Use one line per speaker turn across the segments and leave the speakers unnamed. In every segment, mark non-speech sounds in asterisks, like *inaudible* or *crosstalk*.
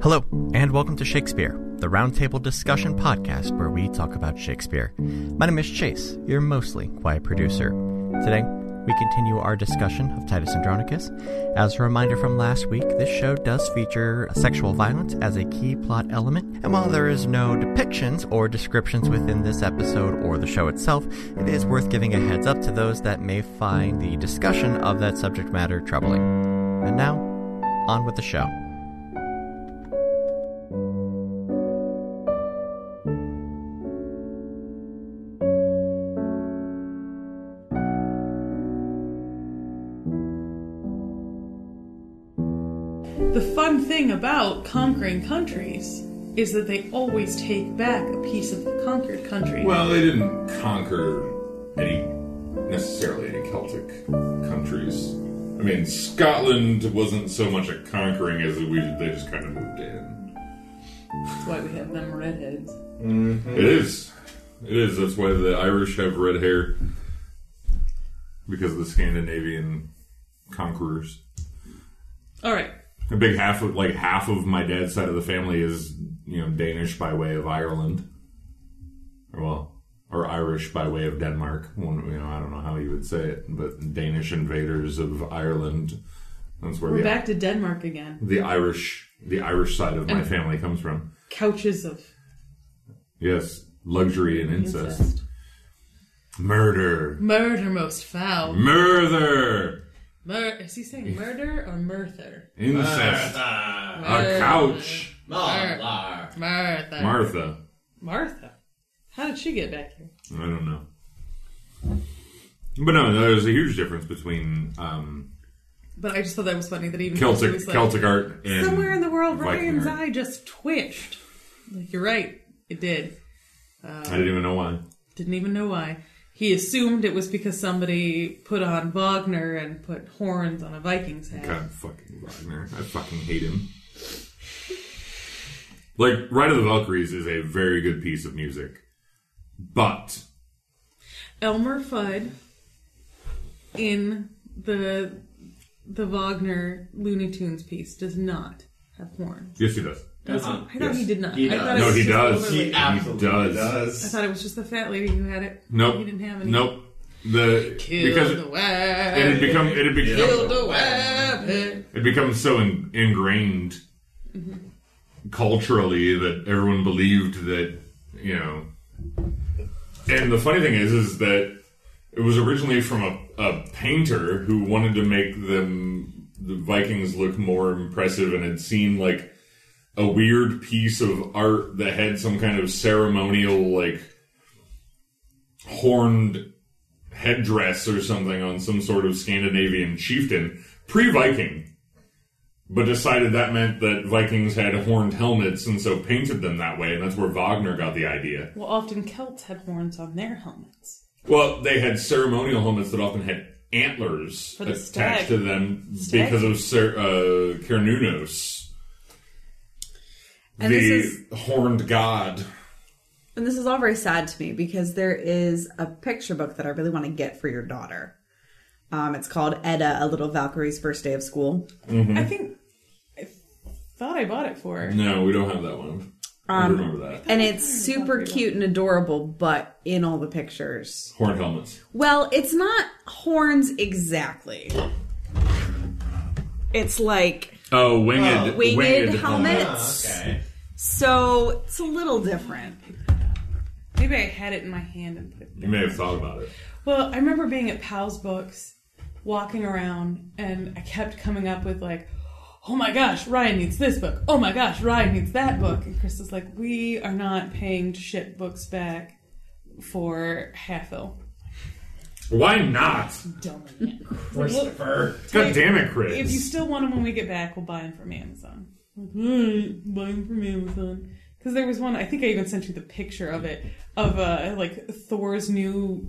Hello, and welcome to Shakespeare, the roundtable discussion podcast where we talk about Shakespeare. My name is Chase, your mostly quiet producer. Today, we continue our discussion of Titus Andronicus. As a reminder from last week, this show does feature sexual violence as a key plot element, and while there is no depictions or descriptions within this episode or the show itself, it is worth giving a heads up to those that may find the discussion of that subject matter troubling. And now, on with the show.
The fun thing about conquering countries is that they always take back a piece of the conquered country.
Well, they didn't conquer any necessarily any Celtic countries. I mean, Scotland wasn't so much a conquering as we they just kind of moved in.
That's why we have them redheads.
It is, it is. That's why the Irish have red hair because of the Scandinavian conquerors.
All right.
A big half of like half of my dad's side of the family is you know Danish by way of Ireland, or well, or Irish by way of Denmark. One, you know, I don't know how you would say it, but Danish invaders of Ireland. That's where
We're
the,
back to Denmark again.
the Irish the Irish side
*laughs*
of my
And-
family comes from.
Couches of
Yes, luxury and incest,
incest.
murder,
Murder most foul.
Mm. murder,
Mur- is he saying murder or murther?
incest,
Martha.
a Uh, couch,
Martha.
Martha.
Martha.
Martha. How did she get back here?
I don't know. But no, there's a huge difference between um,
But I just thought that was funny that even though she
Celtic
was like,
Celtic art and
Somewhere in the world,
Viking
Ryan's
art.
eye just twitched. Like, you're right. It did.
I didn't even know why.
Didn't even know why. He assumed it was because somebody put on Wagner and put horns on a Viking's head.
God, fucking Wagner. I fucking hate him. Like, Ride of the Valkyries is a very good piece of music, but
Elmer Fudd in the the Wagner Looney Tunes piece does not have horns.
yes, he does.
Does he?
Uh-uh.
I thought
Yes.
he did not.
He
I thought
does.
it
No,
was
he
just
does.
overlaid.
He absolutely
does.
does.
I thought it was just the fat lady who had it.
Nope.
He didn't have any.
Nope. The
Kill
because
the
it had
web.
become it had
Kill
become
the web.
it becomes so in, ingrained culturally that everyone believed that you know. And the funny thing is, is that it was originally from a, a painter who wanted to make them the Vikings look more impressive and had seen like a weird piece of art that had some kind of ceremonial like horned headdress or something on some sort of Scandinavian chieftain pre-Viking but decided that meant that Vikings had horned helmets and so painted them that way and that's where Wagner got the idea
Well, often Celts had horns on their helmets.
well, they had ceremonial helmets that often had antlers
For the
attached
stag.
to them
Stag.
because of cer- uh, Cernunnos,
And this
the
is-
horned god.
And this is all very sad to me because there is a picture book that I really want to get for your daughter. Um, it's called Edda, A Little Valkyrie's First Day of School.
Mm-hmm.
I think I thought I bought it for her.
No, we don't have that one. I
Um,
remember that.
And it's super cute and adorable, but in all the pictures.
Horned helmets.
Well, it's not horns exactly. It's like,
Oh, winged,
Oh,
winged
winged
helmet.
Okay.
so it's a little different.
Maybe I had it in my hand and put it
You may have thought about it.
Well, I remember being at Pal's Books, walking around, and I kept coming up with like, "Oh my gosh, Ryan needs this book. Oh my gosh, Ryan needs that book." And Chris is like, "We are not paying to ship books back for Halfil."
Why not?
Dumb.
Christopher.
God damn it,
If you
Chris.
still want them when we get back, we'll buy them from Amazon. I'm Like, "Alright, buy them from Amazon. Because there was one, I think I even sent you the picture of it, of uh, like Thor's new,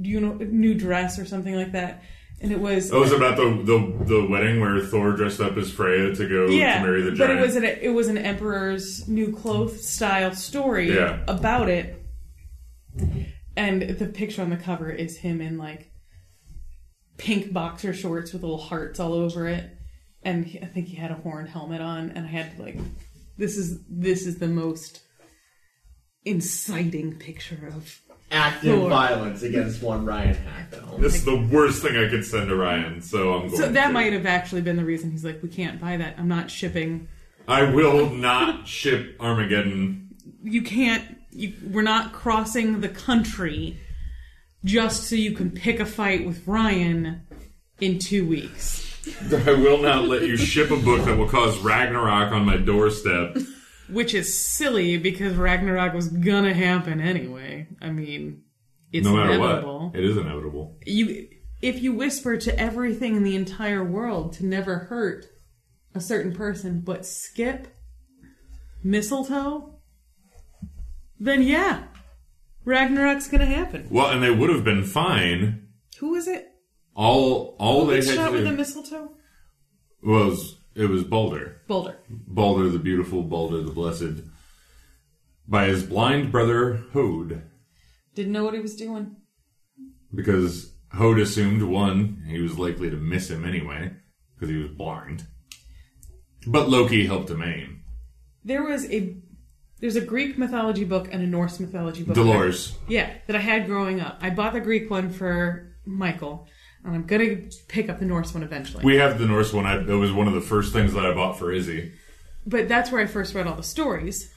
you know, new dress or something like that, and it was
That was about the, the the wedding where Thor dressed up as Freya to go
yeah,
to marry the giant.
but it was an it was an emperor's new cloth style story
Yeah.
about it, and the picture on the cover is him in like pink boxer shorts with little hearts all over it, and he, I think he had a horned helmet on, and I had to like This is this is the most inciting picture of
Active
Sure.
violence against one Ryan Hackbell.
This is the worst thing I could send to Ryan, so I'm going
So that
to.
might have actually been the reason he's like, we can't buy that. I'm not shipping.
I will not ship Armageddon.
You can't. You, we're not crossing the country just so you can pick a fight with Ryan in two weeks.
I will not let you ship a book that will cause Ragnarok on my doorstep.
Which is silly because Ragnarok was gonna happen anyway. I mean, it's
No matter
inevitable.
what. It is inevitable.
You, if you whisper to everything in the entire world to never hurt a certain person, but skip mistletoe, then yeah, Ragnarok's gonna happen.
Well, and they would have been fine.
Who is it?
All all
Who
they
gets
had
shot
to
with a
do
mistletoe?
was it was Balder.
Boulder.
Balder the beautiful, Balder the blessed, by his blind brother Hode,
Didn't know what he was doing.
because Hode assumed one, he was likely to miss him anyway, because he was blind. But Loki helped him aim.
There was a there's a Greek mythology book and a Norse mythology book.
Dolores.
Yeah, that I had growing up. I bought the Greek one for Michael, and I'm gonna pick up the Norse one eventually.
We have the Norse one. I, that was one of the first things that I bought for Izzy.
but that's where I first read all the stories.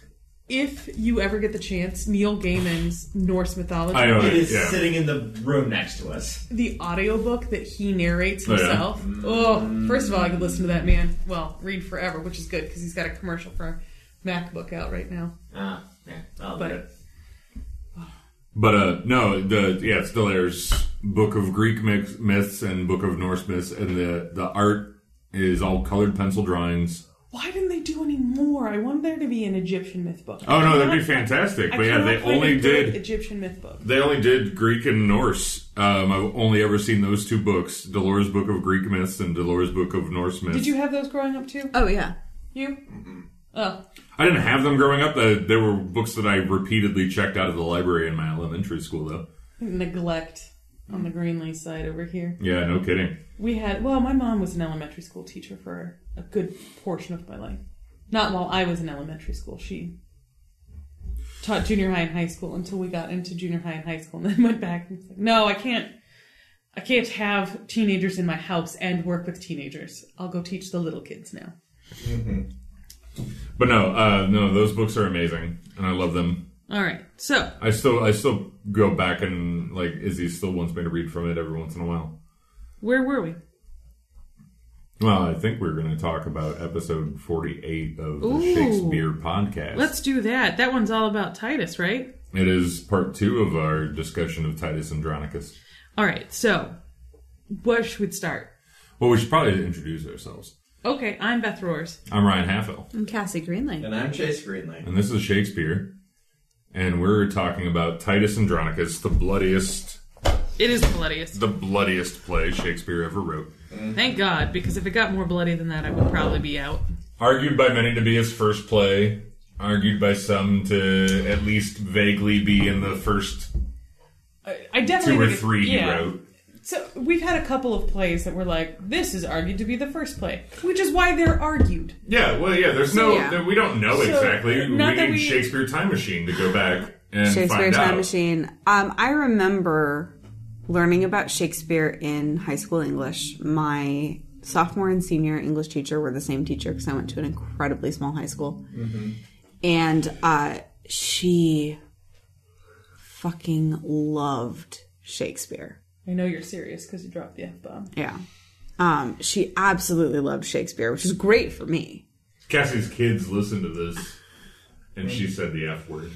If you ever get the chance, Neil Gaiman's Norse mythology,
I know
It
it.
is
Yeah.
sitting in the room next to us.
the audiobook that he narrates
Oh, yeah.
himself. Oh, first of all, I could listen to that man, well, read forever, which is good because he's got a commercial for a MacBook out right now.
Ah, yeah, I'll
But-
do it.
But uh, no, the yeah, it's Dolores' book of Greek myth- myths and book of Norse myths, and the the art is all colored pencil drawings.
Why didn't they do any more? I want there to be an Egyptian myth book.
Oh no, that'd be
Not-
fantastic.
I
But yeah,
cannot
they
find a
only
good
did
Egyptian myth book.
They only did Greek and Norse. Um, I've only ever seen those two books: Dolores' Book of Greek Myths and Dolores' Book of Norse Myths.
Did you have those growing up too?
Oh yeah.
You? Oh,
I didn't have them growing up. They, they were books that I repeatedly checked out of the library in my elementary school, though.
neglect on the Greenlee side over here.
Yeah, no kidding.
We had, well, my mom was an elementary school teacher for a good portion of my life. Not while I was in elementary school. She taught junior high and high school until we got into junior high and high school and then went back and was like, no, I can't, I can't have teenagers in my house and work with teenagers. I'll go teach the little kids now.
But no, uh, no, those books are amazing, and I love them.
All right. So
I still, I still go back and like Izzy still wants me to read from it every once in a while.
where were we?
Well, I think we're going to talk about episode forty-eight of the
Ooh.
Shakespeare podcast.
Let's do that. That one's all about Titus, right?
It is part two of our discussion of Titus Andronicus.
All right. So where should we start?
Well, we should probably introduce ourselves.
Okay. I'm Beth Roars.
I'm Ryan Halfell,
And Cassie Greenley.
And I'm Chase Greenley.
and this is Shakespeare, and we're talking about Titus Andronicus, the bloodiest,
It is the bloodiest.
the bloodiest play Shakespeare ever wrote,
Thank God, because if it got more bloody than that, I would probably be out.
argued by many to be his first play, argued by some to at least vaguely be in the first
I, I definitely
two or
think it-
three he
yeah.
wrote.
So we've had a couple of plays that were like, this is argued to be the first play, which is why they're argued.
Yeah, well, yeah. There's no,
Yeah.
we don't know
So,
exactly. We
not
need
that we-
Shakespeare time machine to go back and
Shakespeare
find
Time
out.
Machine. Um, I remember learning about Shakespeare in high school English. My sophomore and senior English teacher were the same teacher because I went to an incredibly small high school.
Mm-hmm.
And uh, she fucking loved Shakespeare.
I know you're serious because you dropped the F bomb.
Yeah. Um, she absolutely loved Shakespeare, which is great for me.
Cassie's kids listen to this, and she said the F word.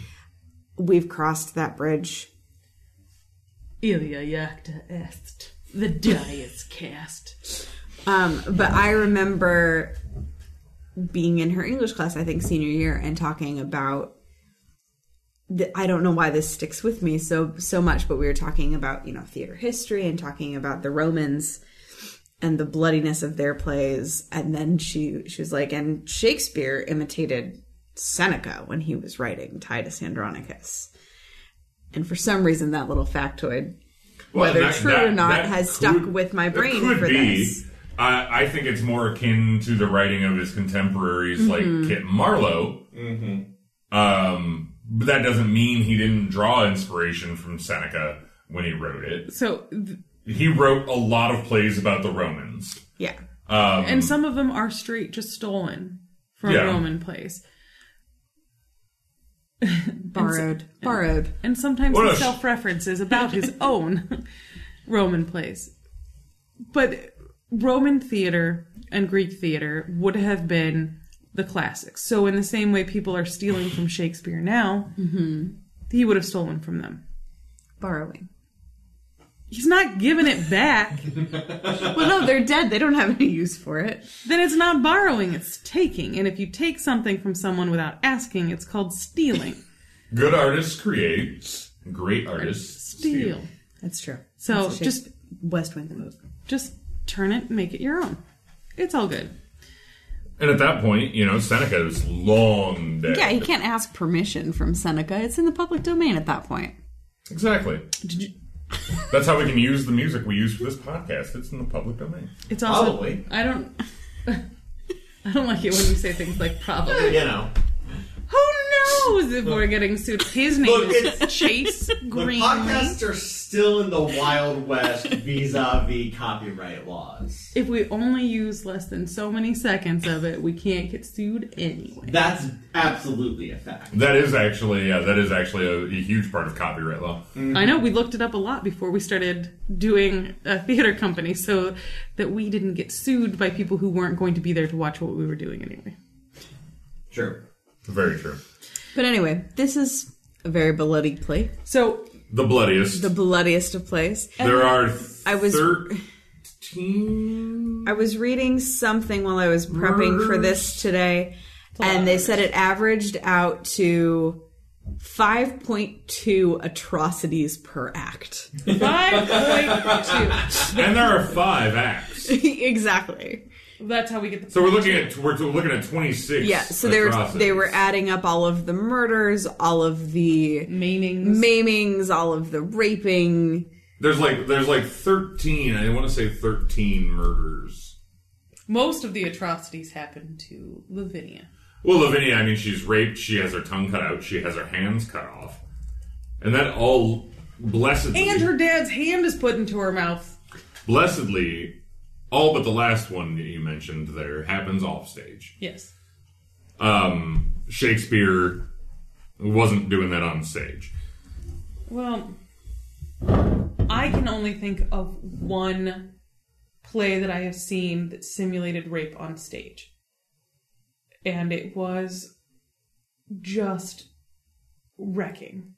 We've crossed that bridge.
Ilia jacta est. The die is cast.
Um, but I remember being in her English class, I think senior year, and talking about. The, I don't know why this sticks with me so so much, but we were talking about you know theater history and talking about the Romans and the bloodiness of their plays, and then she she was like, and Shakespeare imitated Seneca when he was writing Titus Andronicus, and for some reason that little factoid
Well,
Whether
and
true or not has stuck with my
it
brain
could
for
be
this.
I, I think it's more akin to the writing of his contemporaries
Mm-hmm.
like Kit Marlowe. Um, but that doesn't mean he didn't draw inspiration from Seneca when he wrote it.
So, th-
He wrote a lot of plays about the Romans.
Yeah.
Um,
and some of them are straight just stolen from
Yeah.
Roman plays,
Borrowed. Borrowed.
and sometimes
What
he
a-
self references about
*laughs*
his own *laughs* Roman plays. But Roman theater and Greek theater would have been the classics. So, in the same way people are stealing from Shakespeare now,
Mm-hmm.
he would have stolen from them.
Borrowing.
He's not giving it
*laughs*
back.
Well, no, they're dead. They don't have any use for it.
then it's not borrowing, it's taking. And if you take something from someone without asking, it's called stealing.
Good artists create, great artists
Steal.
That's true.
So
That's a
just
Shakespeare- West Wing move.
just turn it and make it your own. It's all good.
And at that point, you know, Seneca is long dead.
Yeah, you can't ask permission from Seneca. It's in the public domain at that point.
Exactly. That's how we can use the music we use for this podcast. It's in the public domain.
It's also
Probably.
I don't *laughs* I don't like it when we say things like probably.
You know,
Who knows if we're getting sued? His name
Look,
is
it's-
Chase
*laughs* the
Green.
podcasts are still in the Wild West vis-a-vis copyright laws.
If we only use less than so many seconds of it, we can't get sued anyway.
That's absolutely a fact.
That is actually, yeah, that is actually a, a huge part of copyright law.
I know we looked it up a lot before we started doing a theater company so that we didn't get sued by people who weren't going to be there to watch what we were doing
*laughs*
anyway.
True.
Very true.
But anyway, this is a very bloody play.
So
The bloodiest.
The bloodiest of plays.
there are.
I was- *laughs*
thirteen.
I was reading something while I was prepping for this today, and they said it averaged out to 5.2 atrocities per act. *laughs*
5.2.
and there are five acts.
exactly.
That's how we get the
So we're looking at we're looking at twenty six.
Yeah, so they were, they were adding up all of the murders, all of the
meanings.
maimings, all of the raping.
There's like there's like thirteen. I want to say thirteen murders.
Most of the atrocities happened to Lavinia.
Well, Lavinia, I mean, she's raped. She has her tongue cut out. She has her hands cut off, and that all blessedly,
And her dad's hand is put into her mouth.
blessedly, all but the last one that you mentioned there happens off stage.
Yes.
Um, Shakespeare wasn't doing that on stage.
Well, I can only think of one play that I have seen that simulated rape on stage. And it was just wrecking.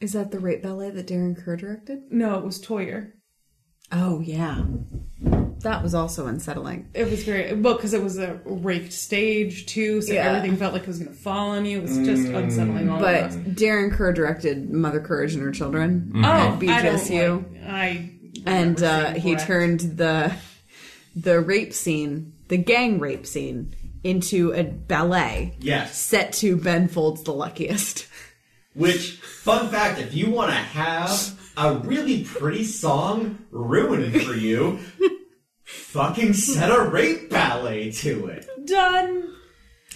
Is that the rape ballet that Darren Kerr directed?
No, it was Toyer.
Oh, yeah. That was also unsettling.
It was very well because it was a raked stage too, so
Yeah. Mm.
everything felt like it was going to fall on you. It was just unsettling. All
But
of us.
Darren Kerr directed Mother Courage and Her Children
Mm-hmm.
at
Oh, I don't
BGSU.
like- I
and
remember
uh,
seeing
he
Brett.
turned the the rape scene, the gang rape scene, into a ballet
Yes.
set to Ben Folds the Luckiest.
Which, fun fact, if you want to have a really pretty song ruined for you, fucking set a rape ballet to it.
done.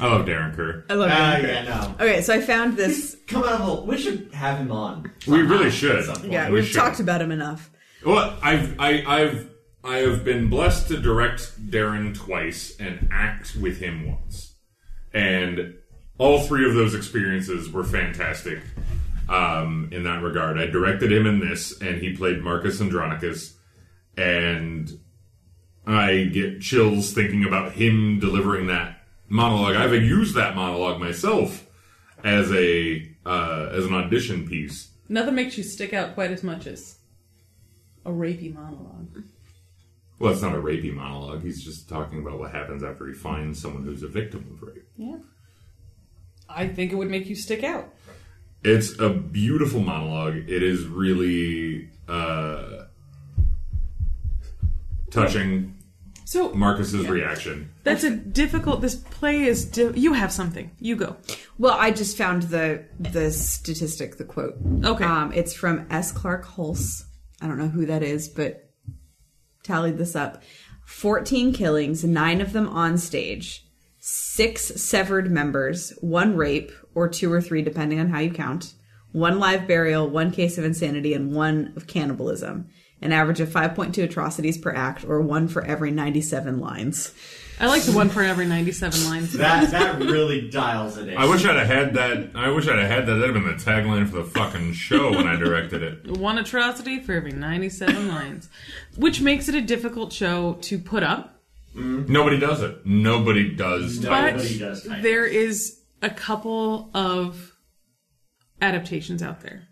I love Darren Kerr.
I love
Ah,
it.
yeah, no.
Okay, so I
*laughs*
found this.
Come out of a, we should have him on.
We really should.
some point.
Yeah,
we
we've
should.
talked about him enough.
Well, I've I, I've I have been blessed to direct Darren twice and act with him once, and all three of those experiences were fantastic. Um, in that regard, I directed him in this, and he played Marcus Andronicus, and I get chills thinking about him delivering that monologue. I've used that monologue myself as a uh, as an audition piece.
Nothing makes you stick out quite as much as a rapey monologue.
Well, it's not a rapey monologue. He's just talking about what happens after he finds someone who's a victim of rape.
Yeah, I think it would make you stick out.
It's a beautiful monologue. It is really uh, touching.
So
Marcus's reaction.
that's a difficult. This play is. Di- you have something. You go.
Well, I just found the the statistic, the quote.
Okay.
um, it's from S. Clark Hulse. I don't know who that is, but tallied this up. 14 killings, nine of them on stage, six severed members, one rape, or two or three, depending on how you count, one live burial, one case of insanity, and one of cannibalism. An average of 5.2 atrocities per act, or one for every 97 lines.
I like the one for every 97 lines.
That that really dials it in.
I wish I'd have had that. I wish I'd have had that. That'd have been the tagline for the fucking show when I directed it.
One atrocity for every 97 *laughs* lines, which makes it a difficult show to put up.
Nobody does it. Nobody does.
But
titles.
Nobody does titles.
there is a couple of adaptations out there.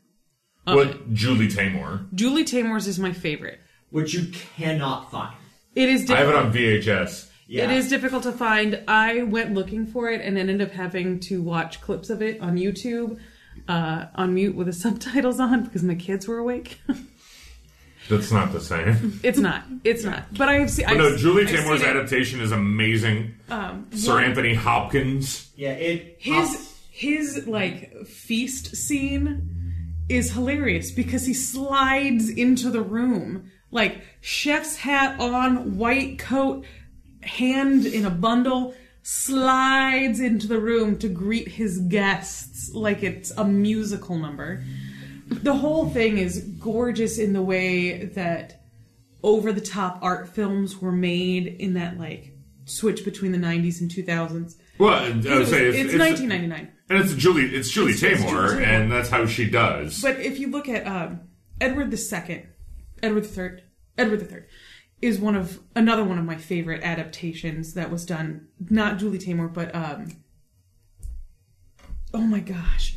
of it.
What Julie Taymor?
Julie Taymor's is my favorite.
which you cannot find.
It is
I have
difficult.
it on VHS.
Yeah.
It is difficult to find. I went looking for it and ended up having to watch clips of it on YouTube, uh, on mute with the *laughs* subtitles on because my kids were awake. *laughs*
That's not the same.
it's not. It's not. But I have seen.
But no, Julie
I've
Taymor's
seen it.
adaptation is amazing. Sir Anthony Hopkins.
Yeah, it
his his like feast scene is hilarious because he slides into the room like chef's hat on white coat hand in a bundle slides into the room to greet his guests like it's a musical number the whole thing is gorgeous in the way that over the top art films were made in that like switch between the 90s and 2000s
Well, I would
It was-
say it's,
it's 1999
and it's Julie. It's Julie
it's
Taymor,
Julie Taymor.
and that's how she does.
But if you look at um, Edward II, Edward III, Edward III is one of another one of my favorite adaptations that was done. Not Julie Taymor, but um, oh my gosh,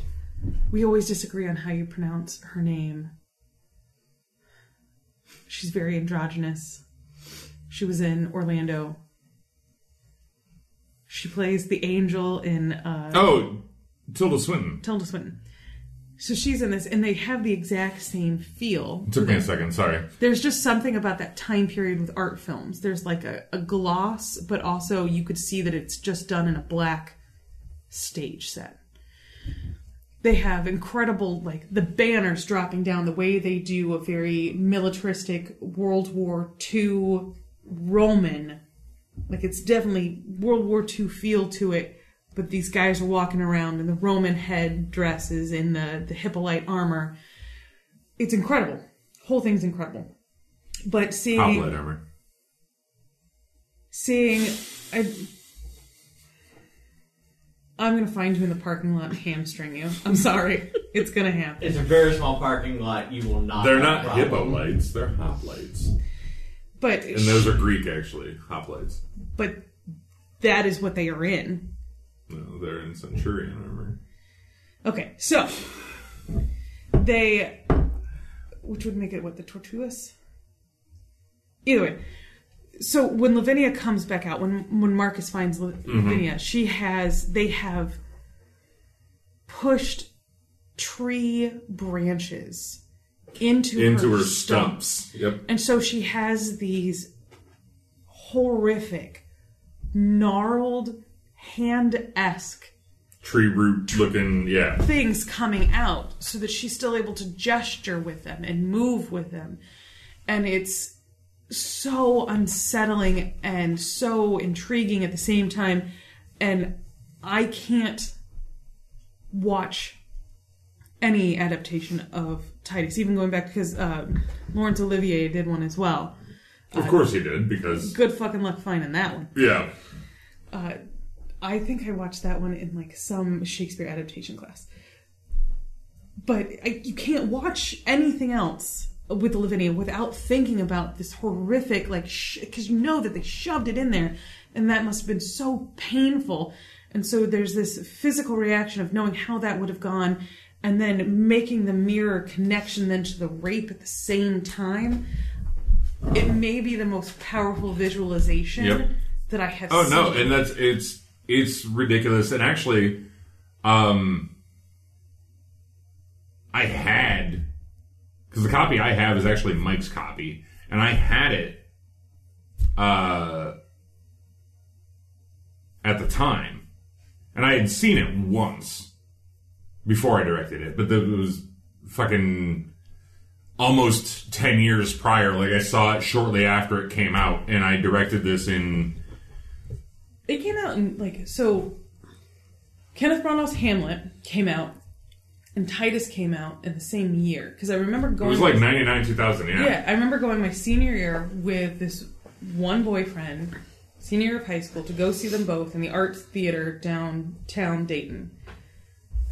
we always disagree on how you pronounce her name. She's very androgynous. She was in Orlando. She plays the angel in uh,
oh, Tilda Swinton.
Tilda Swinton. So she's in this, and they have the exact same feel.
Took me a second. Sorry.
There's just something about that time period with art films. There's like a, a gloss, but also you could see that it's just done in a black stage set. They have incredible, like the banners dropping down, the way they do a very militaristic World War II Roman like it's definitely World War II feel to it. But these guys are walking around in the Roman head dresses in the the Hippolyte armor. It's incredible. Whole thing's incredible. But seeing
Hoplet armor.
seeing I, I'm gonna find you in the parking lot and hamstring you. I'm sorry.
*laughs*
it's gonna happen.
it's a very small parking lot. You will not.
They're
have a
not
problem.
hippo lights. They're hoplites.
But
And those are Greek, actually. Hoplites.
but that is what they are in.
No, they're in Centurion armor.
Okay, so they, which would make it what the tortugas. Either way, so when Lavinia comes back out, when when Marcus finds La-
Mm-hmm.
Lavinia, she has they have pushed tree branches into
Into her
stumps.
stumps. Yep.
And so she has these horrific, gnarled, hand esque
Tree root looking. Yeah.
things coming out so that she's still able to gesture with them and move with them. And it's so unsettling and so intriguing at the same time. And I can't watch any adaptation of Titus, even going back because um, Laurence Olivier did one as well.
Of course he did, because.
Good fucking luck finding that one.
Yeah.
Uh, I think I watched that one in like some Shakespeare adaptation class. But I, you can't watch anything else with Lavinia without thinking about this horrific, like, because you know that they shoved it in there, and that must have been so painful. And so there's this physical reaction of knowing how that would have gone, and then making the mirror connection then to the rape at the same time. It may be the most powerful visualization
Yep.
that I have.
Oh
seen.
no, and that's it's it's ridiculous. And actually, um, I had because the copy I have is actually Mike's copy, and I had it uh at the time, and I had seen it once before I directed it, but the, it was fucking almost 10 years prior. Like, I saw it shortly after it came out, and I directed this in.
It came out in like so. Kenneth Branagh's Hamlet came out, and Titus came out in the same year because I remember
It
going.
was like 99, 2000. Yeah.
Yeah, I remember going my senior year with this one boyfriend, senior year of high school, to go see them both in the Arts Theater downtown Dayton.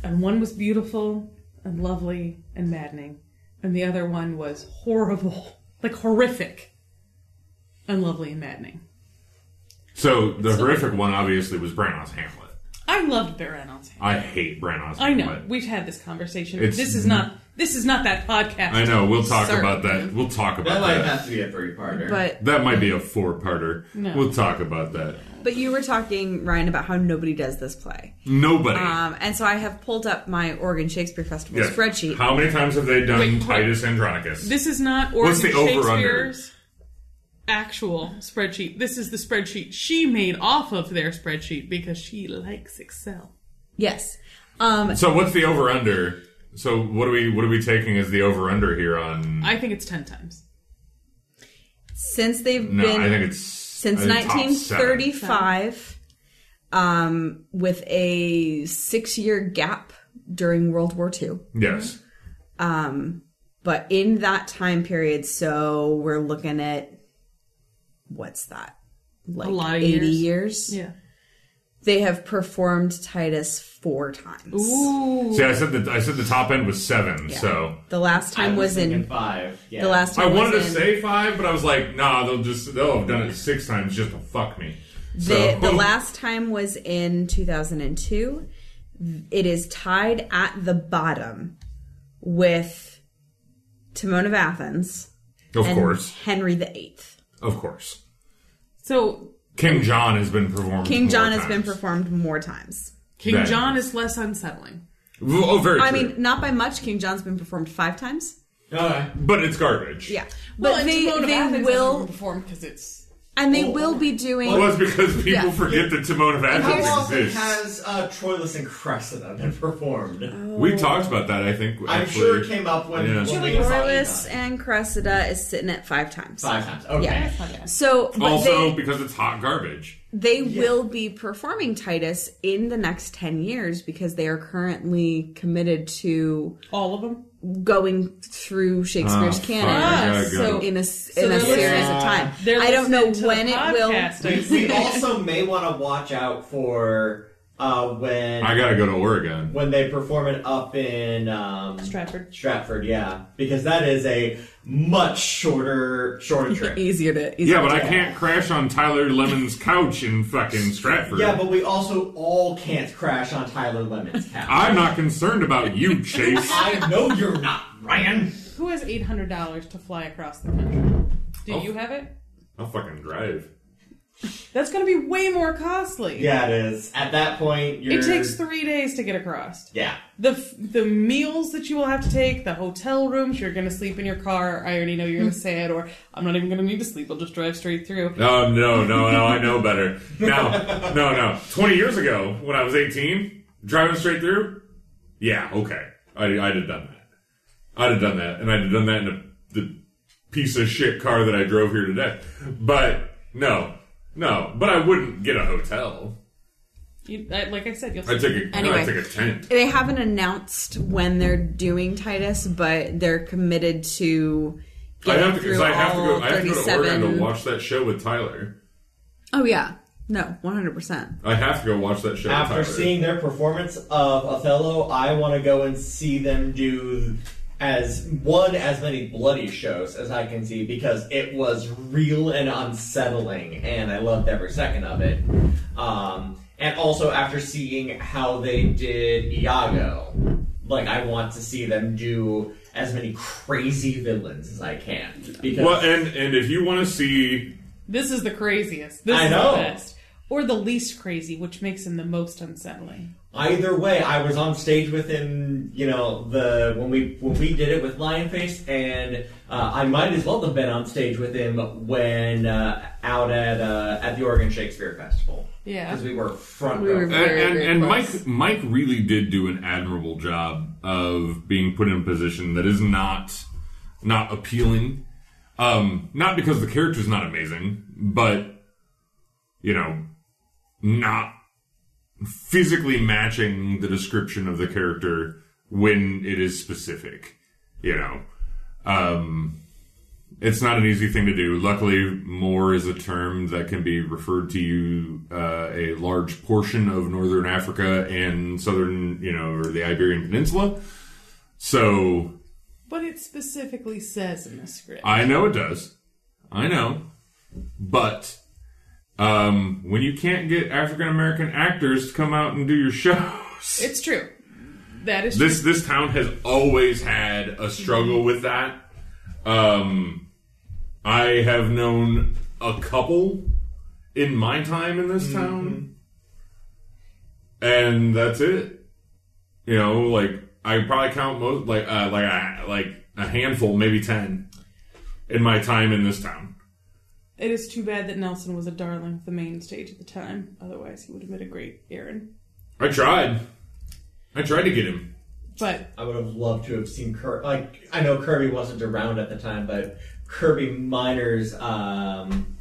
And one was beautiful and lovely and maddening, and the other one was horrible, *laughs* like horrific and lovely and maddening.
So, the horrific one, obviously, was Branagh's Hamlet.
I loved Bear Reynolds.
I hate Branagh's
I
Hamlet.
know we've had this conversation.
It's-
this is not this is not that podcast.
I know. We'll talk
sir.
about that. We'll talk about
That
that.
might have to be a three-parter.
But
That might be a four-parter.
No.
We'll talk about that.
but you were talking Ryan about how nobody does this play,
Nobody.
um, and so I have pulled up my Oregon Shakespeare Festival
Yes.
spreadsheet.
How many times have they done
Wait, wait.
Titus Andronicus?
This is not Oregon
What's the over-under?
Shakespeare's actual spreadsheet. This is the spreadsheet she made off of their spreadsheet because she likes Excel.
Yes. Um,
so what's the over under? So what are we what are we taking as the over under here on?
I think it's ten times.
since they've
No,
been
I think it's since
since 1935 um, with a six year gap during world war ii
Yes,
but in that time period so we're looking at what's that like
lot of
80 years,
years. Yeah.
they have performed titus four times
Ooh.
see, I said that I said the top end was seven. So
the last
I
time was,
thinking
in
five. Yeah.
the last
I
time
wanted to
was in,
say five, but I was like, nah, they'll just they'll have done it six times just to fuck me.
The,
So-
the last time was in 2002. It is tied at the bottom with Timon of Athens
of
and
course,
Henry VIII.
of course,
So
King John has been performed.
King
more
John has been
times.
performed more times.
King
That-
John is less unsettling.
Oh, very.
I
true.
mean, not by much. King John's been performed five times.
Okay.
but it's garbage.
Yeah,
Well,
but
and
they
Timon of
they
Athens
will
perform because it's
and they will be doing.
Well, that's because people
Yeah.
forget that Timon of
How
Athens
often
exists.
has uh, Troilus and Cressida been performed?
We talked about that, I think.
I'm
actually.
sure it came up when,
Yeah.
when
Should
we saw
Troilus
Aegon.
and Cressida is sitting at five times.
five times. Okay.
Yeah.
okay.
So but
Also,
they,
because it's hot garbage.
they will be performing Titus in the next 10 years because they are currently committed to
all of them.
going through Shakespeare's
Oh,
canon
fuck, I gotta
Ah,
go.
so-
in a, in
they're
a
listening-
series of time.
They're
I don't know
listening to
when
the
it will.
podcast.
We, we also may want to watch out for uh, when
I gotta go to Oregon.
when they perform it up in um,
Stratford.
Stratford, yeah, because that is a much shorter shorter trip.
Easier to. Easier
Yeah, but
to
I can't crash on Tyler Lemon's couch in fucking Stratford.
yeah, but we also all can't crash on Tyler Lemon's couch.
I'm not concerned about
*laughs*
you, Chase.
I know you're not, Ryan.
Who has eight hundred dollars to fly across the country? Do
Oh.
you have it?
I'll fucking drive.
That's going to be way more costly.
Yeah, it is. At that point, you're.
It takes three days to get across.
Yeah.
the f- the meals that you will have to take, the hotel rooms, you're going to sleep in your car. I already know you're going to say it, or I'm not even going to need to sleep. I'll just drive straight through.
Oh, no, no, no, I know better. No, no, no. 20 years ago, when I was 18, driving straight through, yeah, okay. I, I'd have done that. I'd have done that, and I'd have done that in a, the piece of shit car that I drove here today. But, no, no. But I wouldn't get a hotel.
You, I, like I said, you'll
I'd
sleep.
take a,
Anyway.
I'd take a tent.
They haven't announced when they're doing Titus, but they're committed to.
I
getting
have to,
through
cause I have to
all
go. I have to go to
37.
Oregon to watch that show with Tyler.
Oh yeah, no, one hundred percent.
I have to go watch that show.
After
with Tyler.
seeing their performance of Othello, I want to go and see them do as one as many bloody shows as I can see because it was real and unsettling, and I loved every second of it. Um, and also after seeing how they did Iago, like I want to see them do as many crazy villains as I can because
well, and and if you want to see,
This is the craziest. This
I
is
know.
the best. Or the least crazy, which makes him the most unsettling.
Either way, I was on stage with him. You know, the when we when we did it with Lionface, and uh, I might as well have been on stage with him when uh, out at uh, at the Oregon Shakespeare Festival.
Yeah.
because we were front
We
row.
were-
and
Very,
and,
very
and
close.
Mike Mike really did do an admirable job of being put in a position that is not not appealing. Um, not because the character's not amazing, but you know, not physically matching the description of the character when it is specific. You know, um, it's not an easy thing to do. Luckily, more is a term that can be referred to you, uh, a large portion of northern Africa and southern, you know, or the Iberian Peninsula. So
But it specifically says in the script.
I know it does. I know. But um, when you can't get African American actors to come out and do your *laughs* shows,
it's true. That is
this this town has always had a struggle with that. Um, I have known a couple in my time in this town, and that's it. You know, like I probably count most like uh, like a, like a handful, maybe ten, in my time in this town.
true. It is too bad that Nelson was a darling of the main stage at the time. Otherwise, he would have been a great Aaron.
I tried. I tried to get him.
But
I would have loved to have seen Kirby. Like I know Kirby wasn't around at the time, but Kirby Miner's um,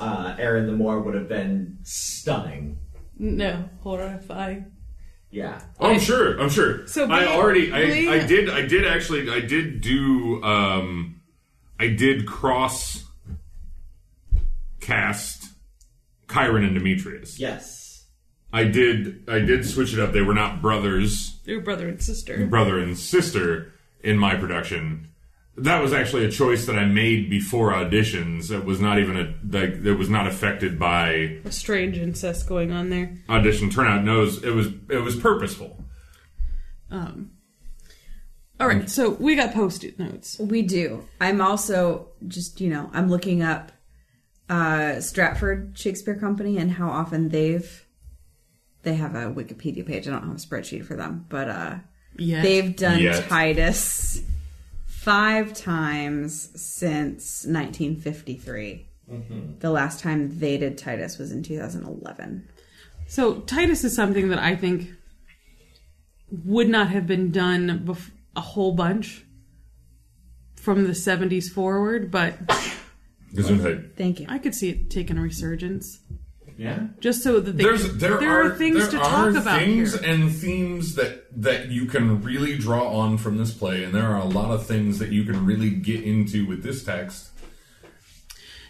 uh, Aaron the Moor would have been stunning.
no, horrifying.
Yeah,
Oh, I'm sure. I'm sure.
So
I
being-
already,
being-
I, I did, I did actually, I did do, um, I did cross cast Chiron and Demetrius.
yes,
I did, I did switch it up. They were not brothers,
Your brother and sister.
brother and sister in my production. That was actually a choice that I made before auditions. It was not even a, like, it was not affected by
A strange incest going on there.
audition turnout knows it was it was purposeful.
Um, all right, so we got post-it notes.
We do. I'm also just, you know, I'm looking up uh Stratford Shakespeare Company and how often they've they have a Wikipedia page. I don't have a spreadsheet for them, but uh
Yeah.
they've done
Yet.
Titus five times since 1953. The last time they did Titus was in 2011.
So Titus is something that I think would not have been done bef- a whole bunch from the 70s forward, but
Gesundheit.
Thank you.
I could see it taking a resurgence.
yeah.
Just so that they
There's there,
are, things
there
to
are
talk about
things
here.
and themes that that you can really draw on from this play, and there are a lot of things that you can really get into with this text.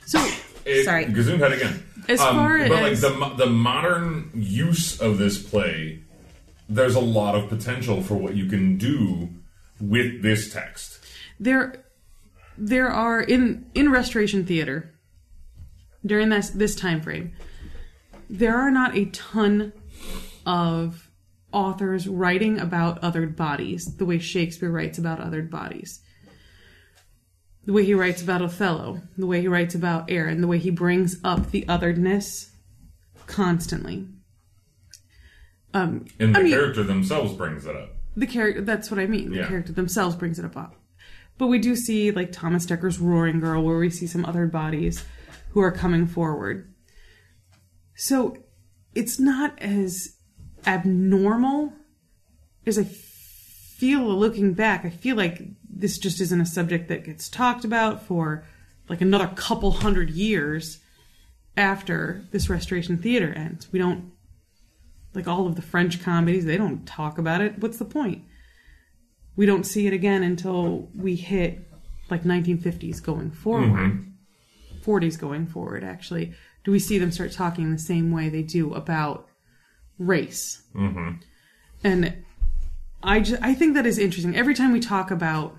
So
It,
Sorry.
Gesundheit again. Um,
As far
but like
as-
the mo- the modern use of this play, there's a lot of potential for what you can do with this text.
there there are in in restoration theater during this this time frame there are not a ton of authors writing about othered bodies the way shakespeare writes about othered bodies the way he writes about othello the way he writes about aaron the way he brings up the otheredness constantly
And the
I mean-
character themselves brings it up.
the character that's what i mean the
Yeah.
character themselves brings it up but we do see like thomas decker's roaring girl where we see some other bodies who are coming forward so it's not as abnormal as i feel looking back i feel like this just isn't a subject that gets talked about for like another couple hundred years after this restoration theater ends we don't like all of the French comedies, they don't talk about it. What's the point? We don't see it again until we hit like 1950s going forward, 40s going forward, actually. Do we see them start talking the same way they do about race? Mm-hmm. And I, ju- I think that is interesting. Every time we talk about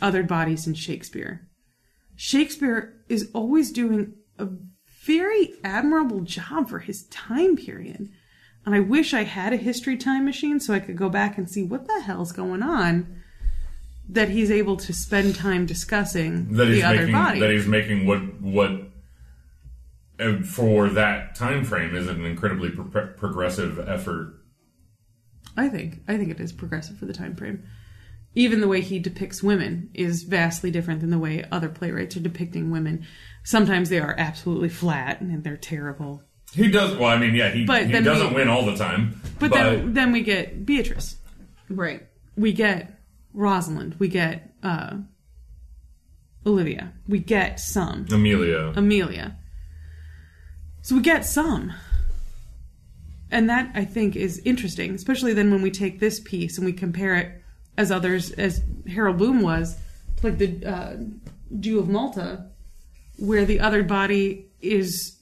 other bodies in Shakespeare, Shakespeare is always doing a very admirable job for his time period. And I wish I had a history time machine so I could go back and see what the hell's going on that he's able to spend time discussing
that
the
he's
other
making
body.
that he's making what what uh, for that time frame is an incredibly pro- progressive effort.
I think. I think it is progressive for the time frame. Even the way he depicts women is vastly different than the way other playwrights are depicting women. Sometimes they are absolutely flat and they're terrible.
He does well. I mean, yeah, he,
But
he
then
doesn't
we-
win all the time,
But then, then we get Beatrice.
Right.
We get Rosalind. We get uh, Olivia. We get some.
Amelia.
Amelia. So we get some. And that I think is interesting, especially then when we take this piece and we compare it as others, as Harold Bloom was, to like the uh, Jew of Malta, where the other body is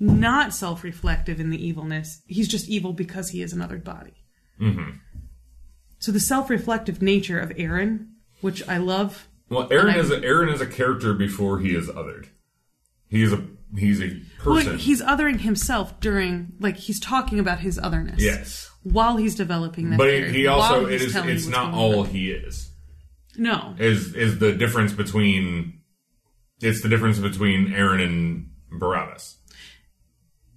not self reflective in the evilness. He's just evil because he is another body. So the self reflective nature of Aaron, which I love,
Well, Aaron is a, Aaron is a character before he is othered. He is a he's a
Well,
person.
he's othering himself during, like, he's talking about his otherness.
yes,
While he's developing that.
but he,
theory,
he also
while
it
he's
is
telling you
it's
what's
not
going
all
on.
he is.
No.
Is is the difference between it's the difference between Aaron and Barabbas.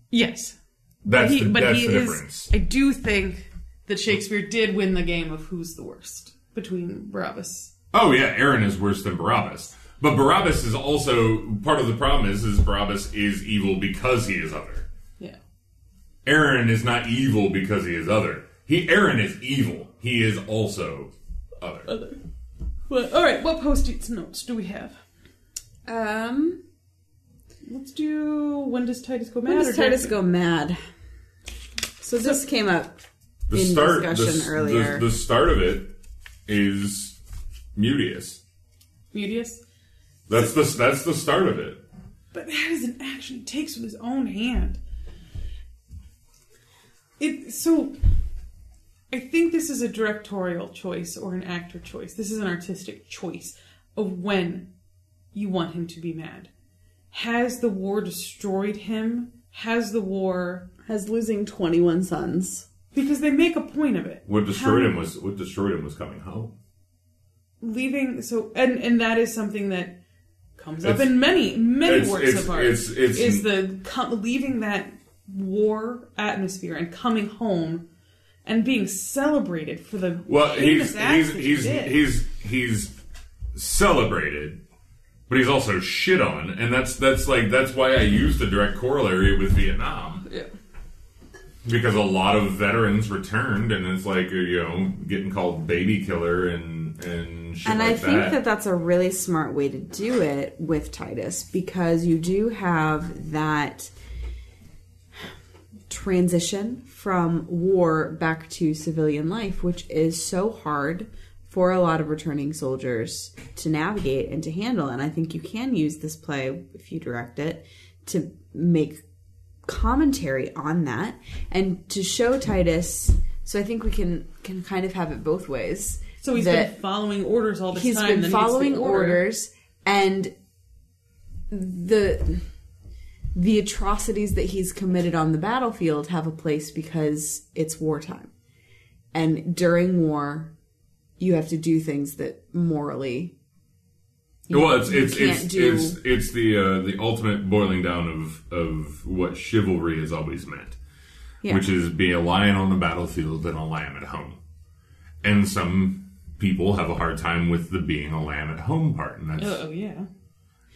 Yes.
That's
He,
the,
but
that's
he
the
is.
difference.
I do think that Shakespeare did win the game of who's the worst between Barabbas.
Oh yeah, Aaron is worse than Barabbas. But Barabbas is also part of the problem is is Barabbas is evil because he is other.
Yeah.
Aaron is not evil because he is other. He Aaron is evil. He is also
Uh,
other.
Well, all right. What post-its notes do we have?
Um,
Let's do when does Titus go mad?
when
or
does Titus
Jackson?
go mad? So this came up.
The
in
start
discussion
the,
earlier.
The, the start of it is Mutius.
Mutius.
That's the that's the start of it.
But that is an action he takes with his own hand. It so I think this is a directorial choice or an actor choice. This is an artistic choice of when you want him to be mad. Has the war destroyed him? Has the war
Has losing 21 sons.
because they make a point of it.
What destroyed
How-
him was what destroyed him was coming home.
leaving so and and that is something that comes up
It's-
in many many
it's-
works
it's-
of art
it's- it's-
is the com- leaving that war atmosphere and coming home and being celebrated for the
Well,
heinous
he's
acts
he's
that
he's,
he did.
he's he's celebrated, but he's also shit on, and that's that's like that's why I use the direct corollary with Vietnam
yeah.
because a lot of veterans returned, and it's like you know getting called baby killer and and shit
and
like
I think that. that's a really smart way to do it with Titus because you do have that transition from war back to civilian life, which is so hard for a lot of returning soldiers to navigate and to handle. And I think you can use this play, if you direct it, to make commentary on that and to show Titus. So I think we can can kind of have it both ways.
so he's
that-
been following orders all this
He's
time
been
then
following
the order.
orders and the the atrocities that he's committed on the battlefield have a place because it's wartime and during war you have to do things that morally
Well, it's it's
can't
it's,
do-
it's it's the uh, the ultimate boiling down of of what chivalry has always meant,
Yeah.
which is be a lion on the battlefield and a lamb at home. And some people have a hard time with the being a lamb at home part, and
Uh,
that's
oh yeah